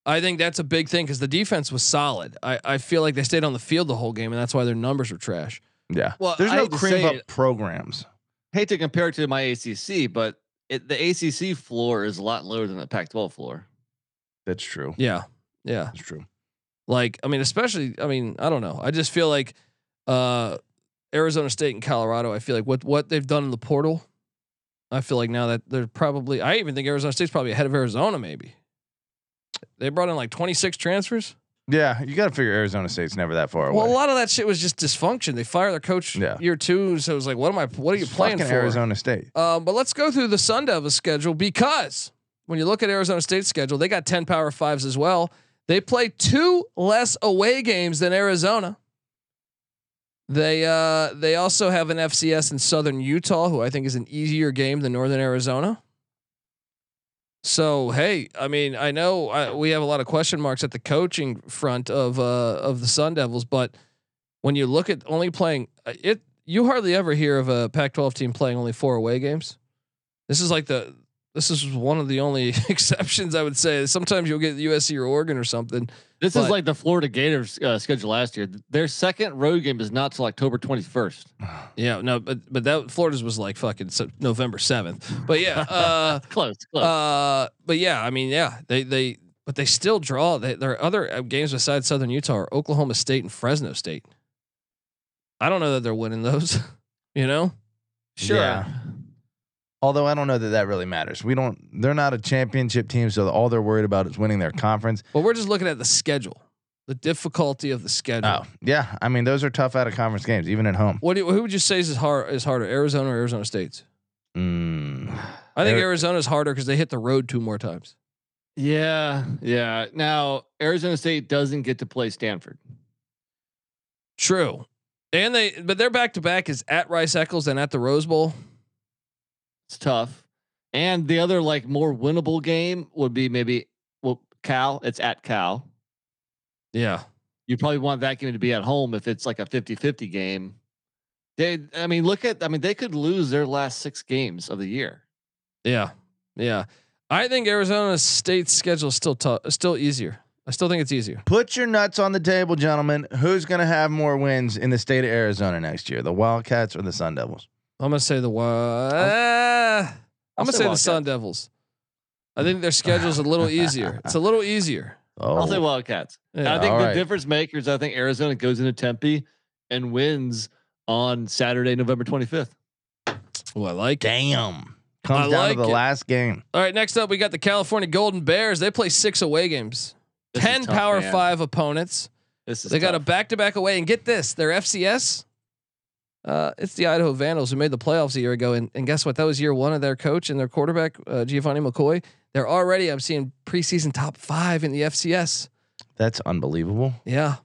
[SPEAKER 1] I think that's a big thing because the defense was solid. I, I feel like they stayed on the field the whole game, and that's why their numbers were trash.
[SPEAKER 7] yeah.
[SPEAKER 8] Well,
[SPEAKER 7] There's
[SPEAKER 8] I
[SPEAKER 7] no
[SPEAKER 8] hate to
[SPEAKER 7] cream
[SPEAKER 8] say
[SPEAKER 7] up
[SPEAKER 8] it.
[SPEAKER 7] programs.
[SPEAKER 8] Hate to compare it to my ACC, but it, the ACC floor is a lot lower than the Pac-12 floor.
[SPEAKER 7] That's true.
[SPEAKER 1] Yeah, yeah.
[SPEAKER 7] That's true.
[SPEAKER 1] Like I mean, especially I mean I don't know. I just feel like uh, Arizona State and Colorado. I feel like what what they've done in the portal. I feel like now that they're probably. I even think Arizona State's probably ahead of Arizona. Maybe they brought in like twenty six transfers.
[SPEAKER 7] Yeah, you got to figure Arizona State's never that far away.
[SPEAKER 1] Well, a lot of that shit was just dysfunction. They fire their coach
[SPEAKER 7] Yeah.
[SPEAKER 1] year two, so it was like, what am I? What are you
[SPEAKER 7] It's
[SPEAKER 1] playing for?
[SPEAKER 7] fucking Arizona State.
[SPEAKER 1] Um, but let's go through the Sun Devils schedule because when you look at Arizona State's schedule, they got ten Power Fives as well. They play two less away games than Arizona. They uh, they also have an FCS in Southern Utah, who I think is an easier game than Northern Arizona. So hey, I mean, I know I, we have a lot of question marks at the coaching front of uh, of the Sun Devils, but when you look at only playing uh, it, you hardly ever hear of a Pac-12 team playing only four away games. This is like the this is one of the only exceptions I would say. Sometimes you'll get USC or Oregon or something.
[SPEAKER 8] This
[SPEAKER 1] But-
[SPEAKER 8] is like the Florida Gators uh, schedule last year. Their second road game is not till October 21st.
[SPEAKER 1] Yeah, no, but but that Florida's was like fucking se- November seventh. But yeah, uh,
[SPEAKER 8] Close, close.
[SPEAKER 1] uh, but yeah, I mean, yeah, they they but they still draw. They, there are other uh, games besides Southern Utah, are Oklahoma State and Fresno State. I don't know that they're winning those. You know,
[SPEAKER 8] sure.
[SPEAKER 7] yeah. Although I don't know that that really matters. We don't. They're not a championship team, so all they're worried about is winning their conference.
[SPEAKER 1] but we're just looking at the schedule, the difficulty of the schedule.
[SPEAKER 7] Oh, yeah. I mean, those are tough out of conference games, even at home.
[SPEAKER 1] What do you, who would you say is hard is harder, Arizona or Arizona State's?
[SPEAKER 7] Mm.
[SPEAKER 1] I think
[SPEAKER 7] Ari-
[SPEAKER 1] Arizona's harder because they hit the road two more times.
[SPEAKER 8] Yeah, yeah. Now Arizona State doesn't get to play Stanford.
[SPEAKER 1] True, and they but their back to back is at Rice Eccles and at the Rose Bowl.
[SPEAKER 8] It's tough. And the other like more winnable game would be maybe well Cal. It's at Cal.
[SPEAKER 1] Yeah,
[SPEAKER 8] You probably want that game to be at home if it's like a 50-50 game. They I mean look at I mean they could lose their last 6 games of the year.
[SPEAKER 1] yeah, yeah. I think Arizona State's schedule is still tough, still easier. I still think it's easier.
[SPEAKER 7] Put your nuts on the table, gentlemen. Who's going to have more wins in the state of Arizona next year, the Wildcats or the Sun Devils?
[SPEAKER 1] I'm gonna say the wa- Uh, I'm, gonna
[SPEAKER 8] say
[SPEAKER 1] say, the
[SPEAKER 8] Wildcats.
[SPEAKER 1] Sun Devils. I think their schedule's a little easier. It's a little easier.
[SPEAKER 7] Oh,
[SPEAKER 8] I'll say Wildcats.
[SPEAKER 1] Yeah,
[SPEAKER 8] I think
[SPEAKER 7] all
[SPEAKER 8] the
[SPEAKER 7] right.
[SPEAKER 8] difference makers I think Arizona goes into Tempe and wins on Saturday, November 25th.
[SPEAKER 1] Oh, I like it.
[SPEAKER 7] damn. Comes
[SPEAKER 1] I
[SPEAKER 7] down
[SPEAKER 1] like
[SPEAKER 7] to the
[SPEAKER 1] it.
[SPEAKER 7] last game.
[SPEAKER 1] All right, next up we got the California Golden Bears. They play six away games.
[SPEAKER 8] This is
[SPEAKER 1] Ten
[SPEAKER 8] tough,
[SPEAKER 1] Power
[SPEAKER 8] man.
[SPEAKER 1] Five opponents.
[SPEAKER 8] This is
[SPEAKER 1] they got a
[SPEAKER 8] tough.
[SPEAKER 1] back to back away, and get this, their FCS. Uh, it's the Idaho Vandals who made the playoffs a year ago, and, and guess what? That was year one of their coach and their quarterback uh, Giovanni McCoy. They're already I'm seeing preseason top five in the FCS.
[SPEAKER 7] That's unbelievable.
[SPEAKER 1] Yeah,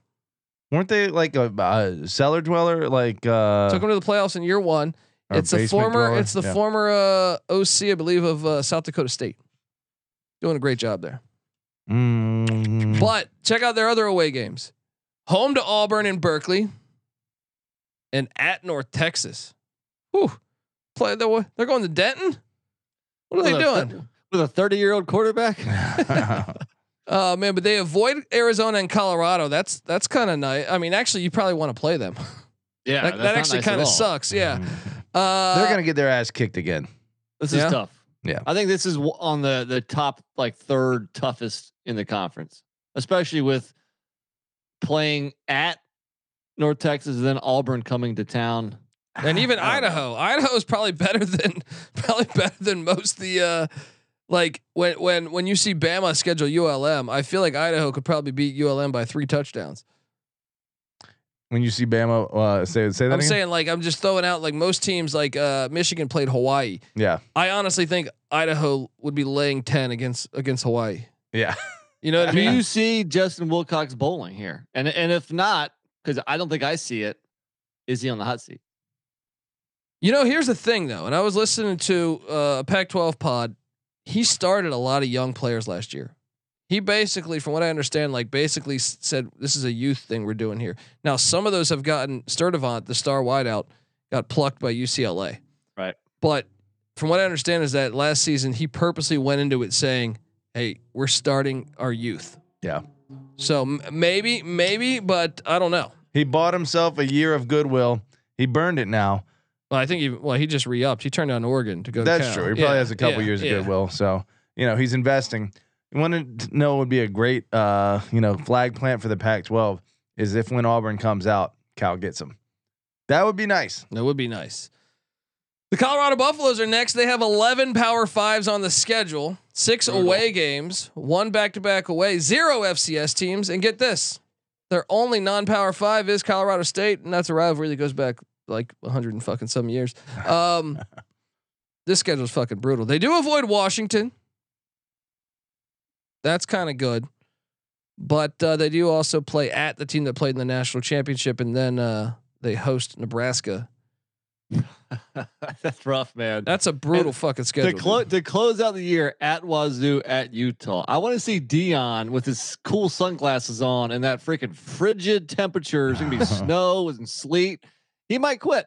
[SPEAKER 7] Weren't they like a, a cellar dweller? Like uh,
[SPEAKER 1] took them to the playoffs in year one.
[SPEAKER 7] or
[SPEAKER 1] it's the
[SPEAKER 7] basement
[SPEAKER 1] former.
[SPEAKER 7] dweller?
[SPEAKER 1] It's the
[SPEAKER 7] Yeah.
[SPEAKER 1] former uh, OC, I believe, of uh, South Dakota State. Doing a great job there.
[SPEAKER 7] Mm.
[SPEAKER 1] But check out their other away games: home to Auburn and Berkeley, and at North Texas. Whew. Play the wa- they're going to Denton. What are they
[SPEAKER 8] With a-
[SPEAKER 1] doing?
[SPEAKER 8] with a 30 year old quarterback?
[SPEAKER 1] Oh man, but they avoid Arizona and Colorado. That's that's kind of nice. I mean, actually, you probably want to play them.
[SPEAKER 8] Yeah,
[SPEAKER 1] that,
[SPEAKER 8] that's
[SPEAKER 1] that
[SPEAKER 8] not
[SPEAKER 1] actually
[SPEAKER 8] nice at
[SPEAKER 1] kind of
[SPEAKER 8] all.
[SPEAKER 1] sucks. Yeah, uh,
[SPEAKER 7] Mm. They're gonna get their ass kicked again.
[SPEAKER 8] This
[SPEAKER 1] Yeah.
[SPEAKER 8] is tough.
[SPEAKER 7] Yeah.
[SPEAKER 8] I think this is w- on the the top like third toughest in the conference, especially with playing at North Texas, then Auburn coming to town.
[SPEAKER 1] and even
[SPEAKER 8] I don't
[SPEAKER 1] Idaho. Idaho is probably better than probably better than most the uh like when when when you see Bama schedule ULM, I feel like Idaho could probably beat ULM by three touchdowns.
[SPEAKER 7] When you see Bama, uh, say say that
[SPEAKER 1] I'm
[SPEAKER 7] again.
[SPEAKER 1] saying like I'm just throwing out like most teams like uh Michigan played Hawaii.
[SPEAKER 7] yeah,
[SPEAKER 1] I honestly think Idaho would be laying 10 against against Hawaii.
[SPEAKER 7] yeah.
[SPEAKER 1] You know what I
[SPEAKER 8] Do
[SPEAKER 1] mean?
[SPEAKER 8] you see Justin Wilcox bowling here? And and if not, because I don't think I see it, is he on the hot seat?
[SPEAKER 1] You know, here's the thing though, and I was listening to uh, a Pac-12 pod. He started a lot of young players last year. He basically, from what I understand, like basically s- said this is a youth thing we're doing here. Now, some of those have gotten Sturdivant, the star wideout, got plucked by UCLA.
[SPEAKER 8] Right.
[SPEAKER 1] But from what I understand is that last season he purposely went into it saying, "Hey, we're starting our youth."
[SPEAKER 7] Yeah.
[SPEAKER 1] So m- maybe, maybe, but I don't know.
[SPEAKER 7] He bought himself a year of goodwill. He burned it now.
[SPEAKER 1] Well, I think he well he just re-upped. He turned down Oregon to go. to
[SPEAKER 7] That's
[SPEAKER 1] Cal.
[SPEAKER 7] true. He
[SPEAKER 1] Yeah,
[SPEAKER 7] probably has a couple
[SPEAKER 1] yeah,
[SPEAKER 7] years of
[SPEAKER 1] yeah.
[SPEAKER 7] goodwill. So you know he's investing. You want to know what would be a great uh, you know flag plant for the Pac-12 is if when Auburn comes out, Cal gets him. That would be nice.
[SPEAKER 1] That would be nice. The Colorado Buffaloes are next. They have 11 Power Fives on the schedule, six away games, one back to back away, zero FCS teams. And get this their only non Power Five is Colorado State, and that's a rivalry that goes back like 100 and fucking some years. Um, this schedule's fucking brutal. They do avoid Washington. That's kind of good. But uh, they do also play at the team that played in the national championship, and then uh, they host Nebraska.
[SPEAKER 8] That's rough, man.
[SPEAKER 1] That's a brutal fucking schedule.
[SPEAKER 8] to, clo-
[SPEAKER 1] dude.
[SPEAKER 8] to close out the year at Wazoo at Utah, I want to see Dion with his cool sunglasses on and that freaking frigid temperatures. It's gonna be snow and sleet. He might quit.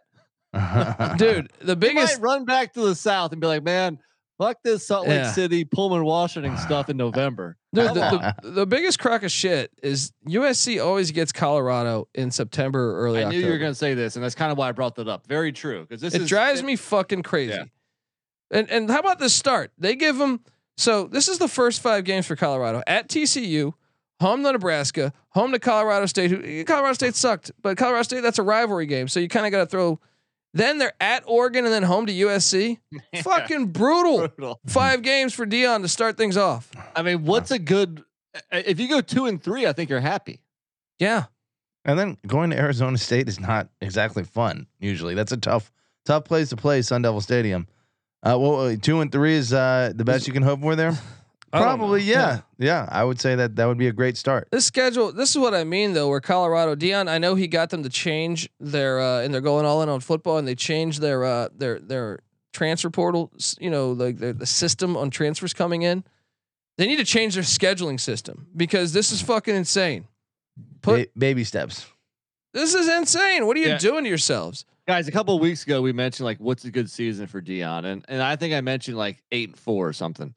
[SPEAKER 1] Dude, the
[SPEAKER 8] He might
[SPEAKER 1] biggest
[SPEAKER 8] run back to the south and be like, "Man, fuck this Salt Lake
[SPEAKER 1] Yeah.
[SPEAKER 8] City, Pullman, Washington stuff in November."
[SPEAKER 1] dude,
[SPEAKER 8] Come on.
[SPEAKER 1] the, the, the biggest crack of shit is USC always gets Colorado in September or early
[SPEAKER 8] I knew
[SPEAKER 1] October.
[SPEAKER 8] you were going to say this, and that's kind of why I brought that up. Very true, because this
[SPEAKER 1] it
[SPEAKER 8] is-
[SPEAKER 1] drives me fucking crazy.
[SPEAKER 8] Yeah.
[SPEAKER 1] And and how about this start? They give them so this is the first five games for Colorado at TCU, home to Nebraska, home to Colorado State. Who Colorado State sucked, but Colorado State that's a rivalry game, so you kind of got to throw. Then they're at Oregon and then home to USC. Fucking brutal.
[SPEAKER 8] brutal.
[SPEAKER 1] Five games for Dion to start things off.
[SPEAKER 8] I mean, what's a good? If you go two and three, I think you're happy.
[SPEAKER 1] Yeah.
[SPEAKER 7] And then going to Arizona State is not exactly fun. Usually, that's a tough, tough place to play. Sun Devil Stadium. Uh, well, uh, two and three is uh, the best you can hope for there.
[SPEAKER 1] I don't
[SPEAKER 7] Probably,
[SPEAKER 1] know.
[SPEAKER 7] yeah, yeah. I would say that that would be a great start.
[SPEAKER 1] This schedule, this is what I mean though, where Colorado Dion, I know he got them to change their uh and they're going all in on football and they changed their uh their their transfer portal, s- you know, like the, the system on transfers coming in. They need to change their scheduling system because this is fucking insane. Put-
[SPEAKER 7] Ba- baby steps.
[SPEAKER 1] This is insane. What are you
[SPEAKER 8] Yeah.
[SPEAKER 1] doing to yourselves?
[SPEAKER 8] Guys, a couple of weeks ago, we mentioned like what's a good season for Dion, and and I think I mentioned like eight and four or something.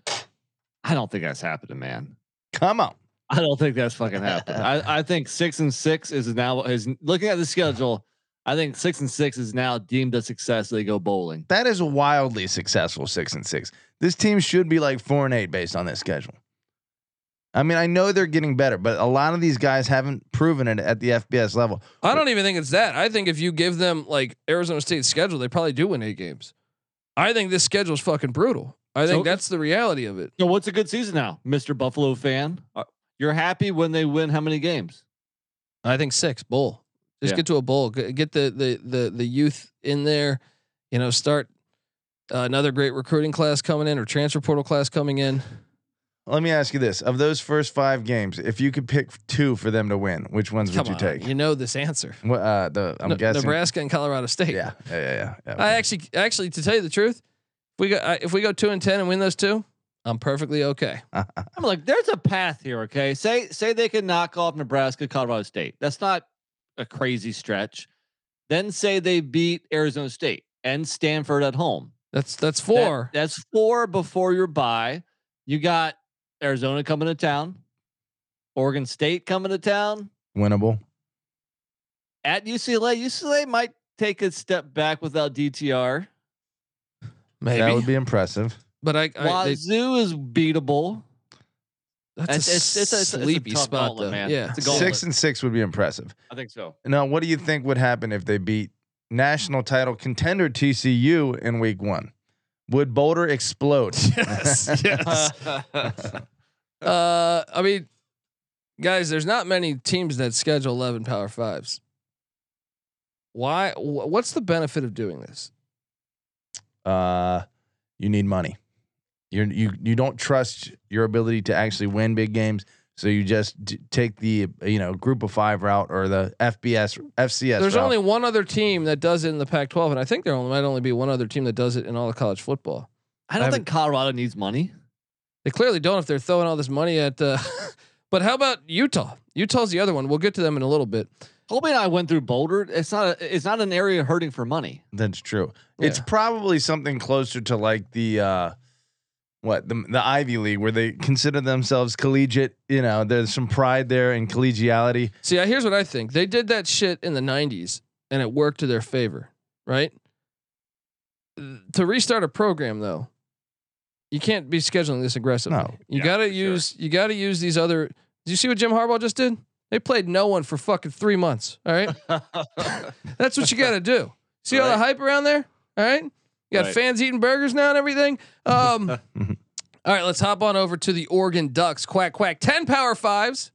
[SPEAKER 8] I don't think that's happening, man.
[SPEAKER 7] Come on.
[SPEAKER 8] I don't think that's fucking happening. I, I think six and six is now is looking at the schedule. I think six and six is now deemed a success. They go bowling.
[SPEAKER 7] That is a wildly successful six and six. This team should be like four and eight based on this schedule. I mean, I know they're getting better, but a lot of these guys haven't proven it at the FBS level.
[SPEAKER 1] I don't even think it's that. I think if you give them like Arizona State's schedule, they probably do win eight games. I think this schedule is fucking brutal. I think
[SPEAKER 8] So-
[SPEAKER 1] that's the reality of it.
[SPEAKER 8] So what's a good season now, Mister Uh, Buffalo fan? Are- You're happy when they win how many games?
[SPEAKER 1] I think six bull. Just
[SPEAKER 8] Yeah.
[SPEAKER 1] get to a bowl. G- Get the the the the youth in there. You know, start uh, another great recruiting class coming in or transfer portal class coming in.
[SPEAKER 7] Let me ask you this: Of those first five games, if you could pick two for them to win, which ones
[SPEAKER 1] Come
[SPEAKER 7] would you
[SPEAKER 1] on,
[SPEAKER 7] take?
[SPEAKER 1] you know this answer.
[SPEAKER 7] What, uh, the I'm
[SPEAKER 1] Ne-
[SPEAKER 7] guessing.
[SPEAKER 1] Nebraska and Colorado State.
[SPEAKER 7] Yeah, yeah, yeah. yeah.
[SPEAKER 1] I actually, actually, to tell you the truth, if we go I- if we go two and ten and win those two, I'm perfectly okay.
[SPEAKER 8] I'm like, there's a path here. Okay, say say they can knock off Nebraska, Colorado State. That's not a crazy stretch. Then say they beat Arizona State and Stanford at home.
[SPEAKER 1] That's that's
[SPEAKER 8] That-
[SPEAKER 1] four.
[SPEAKER 8] that's four before your bye. You got Arizona coming to town, Oregon State coming to town
[SPEAKER 7] winnable.
[SPEAKER 8] at UCLA. UCLA might take a step back without DTR.
[SPEAKER 1] maybe,
[SPEAKER 7] That would be impressive.
[SPEAKER 1] but I, I they,
[SPEAKER 8] Wazoo is beatable.
[SPEAKER 1] that's a
[SPEAKER 8] It's- it's- it's a- it's a
[SPEAKER 1] sleepy
[SPEAKER 8] tough
[SPEAKER 1] spot
[SPEAKER 8] gauntlet,
[SPEAKER 1] though.
[SPEAKER 8] man.
[SPEAKER 1] Yeah,
[SPEAKER 8] It's a gauntlet.
[SPEAKER 7] Six and six would be impressive.
[SPEAKER 8] I think so.
[SPEAKER 7] Now, what do you think would happen if they beat national title contender TCU in week one? Would Boulder explode?
[SPEAKER 1] yes, yes. Uh, I mean, guys, there's not many teams that schedule 11 Power Fives. Why? wh- What's the benefit of doing this?
[SPEAKER 7] uh, you need money. You're, you you don't trust your ability to actually win big games, so you just d- take the you know group of five route or the FBS FCS.
[SPEAKER 1] There's
[SPEAKER 7] route.
[SPEAKER 1] only one other team that does it in the Pac-12, and I think there only, might only be one other team that does it in all of college football.
[SPEAKER 8] I
[SPEAKER 1] I
[SPEAKER 8] don't
[SPEAKER 1] haven't-
[SPEAKER 8] think Colorado needs money.
[SPEAKER 1] They clearly don't if they're throwing all this money at. Uh, but how about Utah? Utah's the other one. We'll get to them in a little bit.
[SPEAKER 8] Colby and I went through Boulder. It's not a, it's not an area hurting for money.
[SPEAKER 7] That's true. It's
[SPEAKER 1] Yeah.
[SPEAKER 7] probably something closer to like the uh what the the Ivy League where they consider themselves collegiate, you know, there's some pride there in collegiality.
[SPEAKER 1] See, I here's what I think. They did that shit in the 90s and it worked to their favor, right? Th- To restart a program though, you can't be scheduling this aggressively.
[SPEAKER 7] No.
[SPEAKER 1] You
[SPEAKER 8] Yeah,
[SPEAKER 1] got to
[SPEAKER 8] for sure.
[SPEAKER 1] use you got to use these other Did you see what Jim Harbaugh just did? They played no one for fucking 3 months, all right? That's what you got to do. See all the
[SPEAKER 8] Right.
[SPEAKER 1] hype around there? All right? You got
[SPEAKER 8] Right.
[SPEAKER 1] fans eating burgers now and everything. Um All right, let's hop on over to the Oregon Ducks. Quack quack. 10 power 5s.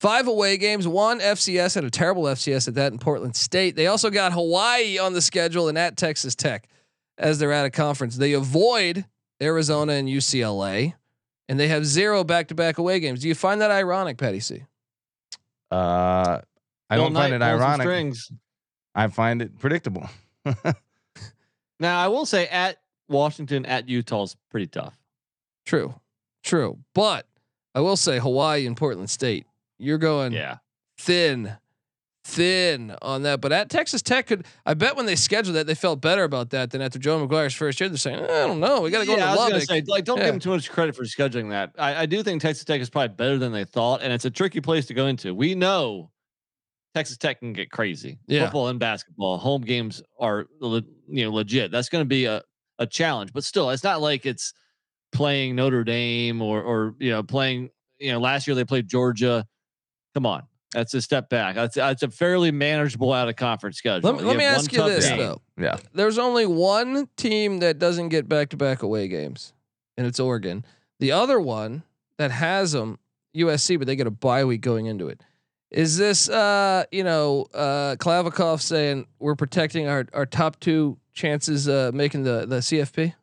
[SPEAKER 1] 5 away games, 1 FCS and a terrible FCS at that in Portland State. They also got Hawaii on the schedule and at Texas Tech as they're at a conference. They avoid Arizona and UCLA and they have zero back-to-back away games. Do you find that ironic, Patty C?
[SPEAKER 7] Uh I
[SPEAKER 8] Bill
[SPEAKER 7] don't
[SPEAKER 8] Knight
[SPEAKER 7] find it
[SPEAKER 8] pulling some
[SPEAKER 7] ironic.
[SPEAKER 8] Strings.
[SPEAKER 7] I find it predictable.
[SPEAKER 8] Now I will say at Washington at Utah's pretty tough.
[SPEAKER 1] True. True. But I will say Hawaii and Portland State, you're going
[SPEAKER 8] Yeah.
[SPEAKER 1] thin, thin on that. But at Texas Tech could I bet when they scheduled that they felt better about that than after Joe McGuire's first year. They're saying, "Eh, I don't know, we gotta go to
[SPEAKER 8] yeah, I was gonna
[SPEAKER 1] Lubbock.
[SPEAKER 8] say, like, don't
[SPEAKER 1] Yeah.
[SPEAKER 8] give them too much credit for scheduling that. I, I do think Texas Tech is probably better than they thought, and it's a tricky place to go into. We know Texas Tech can get crazy.
[SPEAKER 1] Yeah.
[SPEAKER 8] Football and basketball, home games are le- you know legit. That's going to be a a challenge, but still, it's not like it's playing Notre Dame or or you know playing you know last year they played Georgia. Come on, that's a step back. That's that's a fairly manageable out of conference schedule.
[SPEAKER 1] Let me,
[SPEAKER 8] You
[SPEAKER 1] let
[SPEAKER 8] have
[SPEAKER 1] me
[SPEAKER 8] one
[SPEAKER 1] ask you
[SPEAKER 8] tough
[SPEAKER 1] this
[SPEAKER 8] game.
[SPEAKER 1] though.
[SPEAKER 7] yeah.
[SPEAKER 1] There's only one team that doesn't get back to back away games, and it's Oregon. The other one that has them, USC, but they get a bye week going into it. Is this, uh, you know, uh, Klavikov saying we're protecting our, our top two chances uh, making the, the CFP?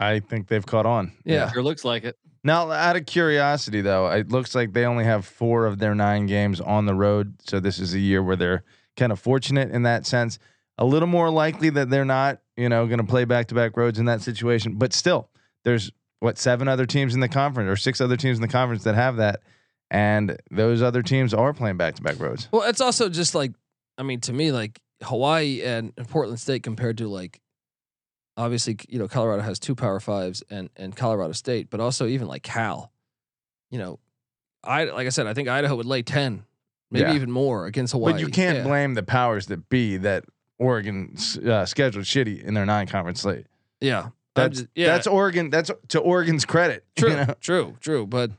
[SPEAKER 7] I think they've caught on.
[SPEAKER 1] Yeah.
[SPEAKER 8] Sure looks like it.
[SPEAKER 7] Now, out of curiosity though, it looks like they only have 4 of their 9 games on the road, so this is a year where they're kind of fortunate in that sense. A little more likely that they're not, you know, going to play back-to-back roads in that situation, but still there's what seven other teams in the conference or six other teams in the conference that have that, and those other teams are playing back to back roads.
[SPEAKER 1] Well, it's also just like, I mean, to me, like Hawaii and and Portland State compared to like, obviously, you know, Colorado has two Power Fives and and Colorado State, but also even like Cal, you know, I like I said, I think Idaho would lay ten, maybe
[SPEAKER 7] Yeah.
[SPEAKER 1] even more against Hawaii.
[SPEAKER 7] But you can't
[SPEAKER 1] Yeah.
[SPEAKER 7] blame the powers that be that Oregon s- uh, scheduled shitty in their non conference slate.
[SPEAKER 1] Yeah, I'm
[SPEAKER 7] That's
[SPEAKER 1] just- yeah,
[SPEAKER 7] that's Oregon. That's to Oregon's credit. you
[SPEAKER 1] true,
[SPEAKER 7] know?
[SPEAKER 1] true, true. But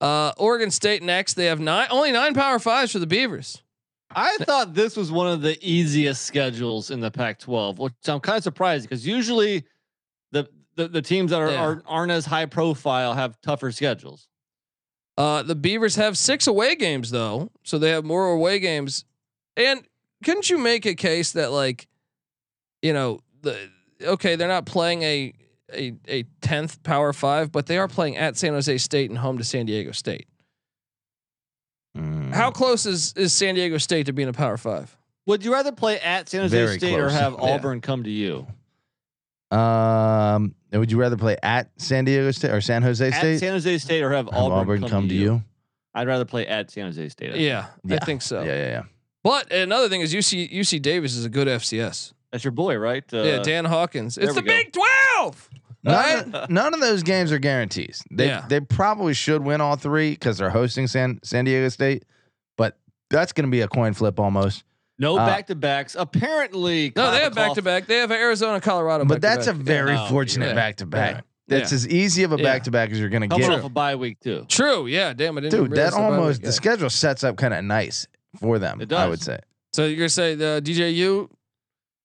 [SPEAKER 1] uh, Oregon State next, they have nine, only nine Power Fives for the Beavers.
[SPEAKER 8] I thought this was one of the easiest schedules in the Pac-12, which I'm kind of surprised because usually the the, the teams that are,
[SPEAKER 1] Yeah.
[SPEAKER 8] are aren't as high profile have tougher schedules.
[SPEAKER 1] Uh, the Beavers have six away games though, so they have more away games. And couldn't you make a case that like, you know, the okay, they're not playing a a a tenth Power Five, but they are playing at San Jose State and home to San Diego State.
[SPEAKER 8] Mm-hmm.
[SPEAKER 1] How close is is San Diego State to being a Power Five?
[SPEAKER 8] Would you rather play at San Jose
[SPEAKER 7] Very
[SPEAKER 8] State or
[SPEAKER 7] close.
[SPEAKER 8] have
[SPEAKER 7] Yeah.
[SPEAKER 8] Auburn come to you?
[SPEAKER 7] Um, and would you rather play at San Diego State or San Jose
[SPEAKER 8] At
[SPEAKER 7] State?
[SPEAKER 8] San Jose State or have
[SPEAKER 7] Have
[SPEAKER 8] Auburn, come, to you?
[SPEAKER 7] you?
[SPEAKER 8] I'd rather play at San Jose State. I think.
[SPEAKER 1] Yeah, I
[SPEAKER 7] Yeah.
[SPEAKER 1] think so.
[SPEAKER 7] Yeah, yeah,
[SPEAKER 1] But another thing is UC UC Davis is a good FCS.
[SPEAKER 8] That's your boy, right? Uh,
[SPEAKER 1] yeah, Dan Hawkins.
[SPEAKER 8] there
[SPEAKER 1] It's the
[SPEAKER 8] we go.
[SPEAKER 1] Big Twelve.
[SPEAKER 7] yeah.
[SPEAKER 1] Right?
[SPEAKER 7] None, of, none of those games are guarantees. They
[SPEAKER 1] Yeah.
[SPEAKER 7] they probably should win all three because they're hosting San San Diego State, but that's going to be a coin flip almost.
[SPEAKER 8] No
[SPEAKER 7] Uh,
[SPEAKER 8] back to backs. Apparently,
[SPEAKER 1] No, they have
[SPEAKER 8] Klavikoff-
[SPEAKER 1] back to back. They have Arizona, Colorado.
[SPEAKER 7] But that's a
[SPEAKER 1] back-to-back.
[SPEAKER 7] very
[SPEAKER 8] no,
[SPEAKER 1] yeah.
[SPEAKER 7] fortunate back to
[SPEAKER 1] Yeah.
[SPEAKER 7] back. That's as easy of a
[SPEAKER 1] Yeah.
[SPEAKER 7] back to back as you're going to
[SPEAKER 8] coming
[SPEAKER 7] get.
[SPEAKER 8] off a bye week too.
[SPEAKER 1] true. Yeah, damn, I didn't.
[SPEAKER 7] Dude,
[SPEAKER 1] realize
[SPEAKER 7] that
[SPEAKER 1] the bye
[SPEAKER 7] almost
[SPEAKER 1] week.
[SPEAKER 7] the schedule sets up kind of nice for them.
[SPEAKER 8] It
[SPEAKER 7] I
[SPEAKER 8] does.
[SPEAKER 7] would say
[SPEAKER 1] So you're gonna say uh, the DJU,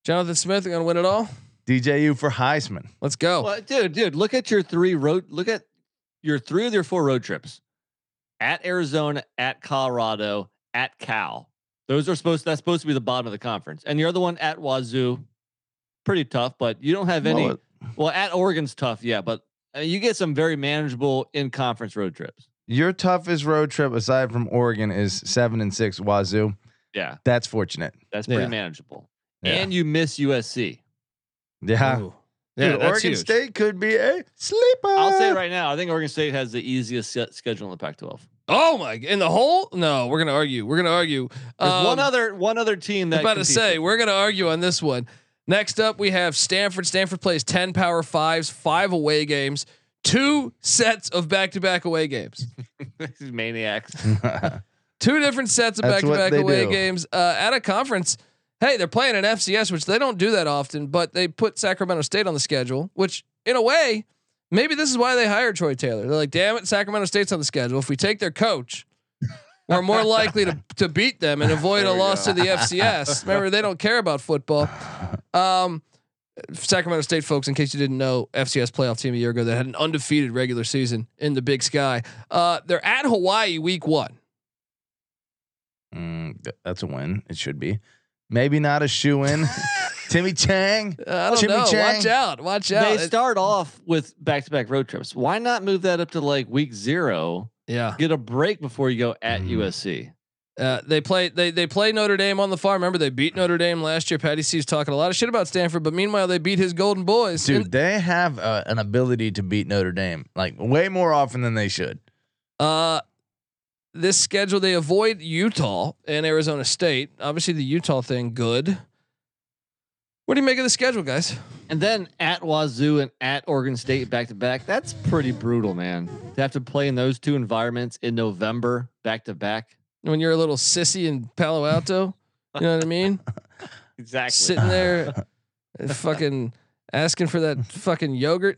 [SPEAKER 1] Jonathan Smith are gonna win it all?
[SPEAKER 7] DJU for Heisman.
[SPEAKER 1] Let's go.
[SPEAKER 8] Well, dude, dude, look at your three road. Look at your three of your four road trips at Arizona, at Colorado, at Cal. Those are supposed. That's supposed to be the bottom of the conference. And your other one at Wazoo, pretty tough. But you don't have any.
[SPEAKER 7] Well,
[SPEAKER 8] Well, at Oregon's tough, yeah, but uh, you get some very manageable in conference road trips.
[SPEAKER 7] Your toughest road trip aside from Oregon is seven and six Wazoo.
[SPEAKER 8] Yeah,
[SPEAKER 7] That's fortunate.
[SPEAKER 8] that's pretty
[SPEAKER 1] Yeah.
[SPEAKER 8] manageable.
[SPEAKER 7] Yeah.
[SPEAKER 8] And you miss USC.
[SPEAKER 7] Yeah.
[SPEAKER 1] Ooh. Yeah,
[SPEAKER 7] Dude,
[SPEAKER 1] that's
[SPEAKER 7] Oregon
[SPEAKER 1] huge.
[SPEAKER 7] State could be a sleeper.
[SPEAKER 8] I'll say it right now. I think Oregon State has the easiest se- schedule in the Pac-12.
[SPEAKER 1] Oh my! In the hole? No, we're gonna argue. We're gonna argue.
[SPEAKER 8] There's
[SPEAKER 1] Um,
[SPEAKER 8] one other one other team
[SPEAKER 1] I was
[SPEAKER 8] that
[SPEAKER 1] about to
[SPEAKER 8] competes
[SPEAKER 1] say
[SPEAKER 8] with-
[SPEAKER 1] we're gonna argue on this one. Next up, we have Stanford. Stanford plays ten power fives, five away games, two sets of back to back away games,
[SPEAKER 8] These maniacs.
[SPEAKER 1] two different sets of back
[SPEAKER 7] That's
[SPEAKER 1] to
[SPEAKER 7] what
[SPEAKER 1] back
[SPEAKER 7] they
[SPEAKER 1] away
[SPEAKER 7] do.
[SPEAKER 1] games uh, at a conference. Hey, they're playing an FCS, which they don't do that often, but they put Sacramento State on the schedule, which in a way, maybe this is why they hired Troy Taylor. They're like, damn it, Sacramento State's on the schedule. If we take their coach, we're more likely to, to beat them and avoid a
[SPEAKER 8] There we
[SPEAKER 1] loss
[SPEAKER 8] go.
[SPEAKER 1] to the FCS. Remember, they don't care about football. Um, Sacramento State folks, in case you didn't know, FCS playoff team a year ago that had an undefeated regular season in the Big Sky. Uh, they're at Hawaii week one.
[SPEAKER 7] Mm, th- that's a win. It should be. Maybe not a shoe in. Timmy Chang.
[SPEAKER 1] Uh, I don't
[SPEAKER 7] Jimmy
[SPEAKER 1] know.
[SPEAKER 7] Chang.
[SPEAKER 1] Watch out! Watch out!
[SPEAKER 8] they
[SPEAKER 1] It-
[SPEAKER 8] start off with back-to-back road trips. Why not move that up to like week zero?
[SPEAKER 1] yeah,
[SPEAKER 8] Get a break before you go at
[SPEAKER 7] Mm.
[SPEAKER 8] USC.
[SPEAKER 1] uh, they play they they play Notre Dame on the farm. Remember they beat Notre Dame last year. Patty C's talking a lot of shit about Stanford, but meanwhile they beat his Golden Boys.
[SPEAKER 7] Dude,
[SPEAKER 1] And,
[SPEAKER 7] they have uh, an ability to beat Notre Dame like way more often than they should.
[SPEAKER 1] uh, this schedule they avoid Utah and Arizona State. Obviously the Utah thing good. What do you make of the schedule, guys?
[SPEAKER 8] And then at Wazoo and at Oregon State back to back, that's pretty brutal, man. To have to play in those two environments in November back to back.
[SPEAKER 1] When you're a little sissy in Palo Alto, you know what I mean?
[SPEAKER 8] Exactly.
[SPEAKER 1] Sitting there, uh, fucking asking for that fucking yogurt.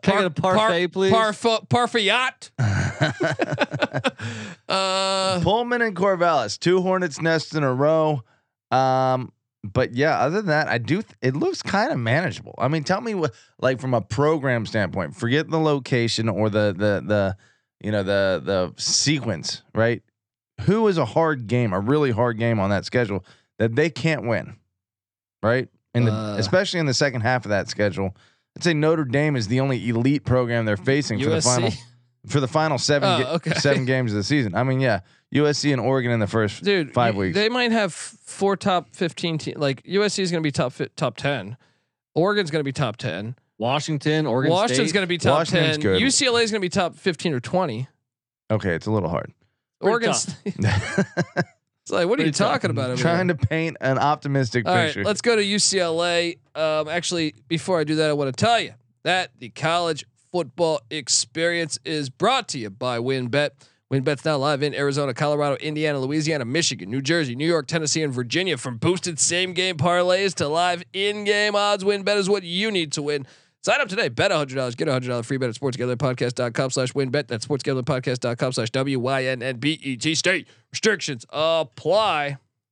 [SPEAKER 8] Can I get a
[SPEAKER 1] Par- par-
[SPEAKER 8] parfait, please?
[SPEAKER 1] Parfa- parfait. uh,
[SPEAKER 7] Pullman and Corvallis, two Hornets nests in a row. Um, but yeah, other than that, I do. Th- it looks kind of manageable. I mean, tell me what, like from a program standpoint, forget the location or the the the, you know the the sequence, right? Who is a hard game, a really hard game on that schedule that they can't win, right? And
[SPEAKER 1] Uh.
[SPEAKER 7] especially in the second half of that schedule, I'd say Notre Dame is the only elite program they're facing for the final
[SPEAKER 1] USC.
[SPEAKER 7] for the final seven
[SPEAKER 1] Oh,
[SPEAKER 7] ga-
[SPEAKER 1] okay.
[SPEAKER 7] seven games of the season. I mean, yeah, USC and Oregon in the first
[SPEAKER 1] Dude,
[SPEAKER 7] five
[SPEAKER 1] you-
[SPEAKER 7] weeks.
[SPEAKER 1] They might have four top fifteen. Te- like USC is going to be top fi- top ten. Oregon's going to be top ten.
[SPEAKER 8] Washington, Oregon
[SPEAKER 1] Washington's
[SPEAKER 8] State.
[SPEAKER 1] going to be top
[SPEAKER 7] Washington's
[SPEAKER 1] ten.
[SPEAKER 7] good.
[SPEAKER 1] UCLA is going to be top fifteen or twenty.
[SPEAKER 7] okay, it's a little hard.
[SPEAKER 8] Pretty
[SPEAKER 1] Oregon's.
[SPEAKER 8] tough.
[SPEAKER 1] it's like, what are you
[SPEAKER 8] Pretty tough.
[SPEAKER 1] talking about? over there?
[SPEAKER 7] Trying to paint an optimistic
[SPEAKER 1] All right,
[SPEAKER 7] picture.
[SPEAKER 1] let's go to UCLA. Um, actually, before I do that, I want to tell you that the college football experience is brought to you by WinBet. WinBet's now live in Arizona, Colorado, Indiana, Louisiana, Michigan, New Jersey, New York, Tennessee, and Virginia. From boosted same game parlays to live in game odds, WinBet is what you need to win. Sign up today. Bet $100. Get a $100 free bet at sportsgamblingpodcast.com slash winbet. E That's sportsgamblingpodcast.com slash W-Y-N-N-B-E-T. State restrictions apply.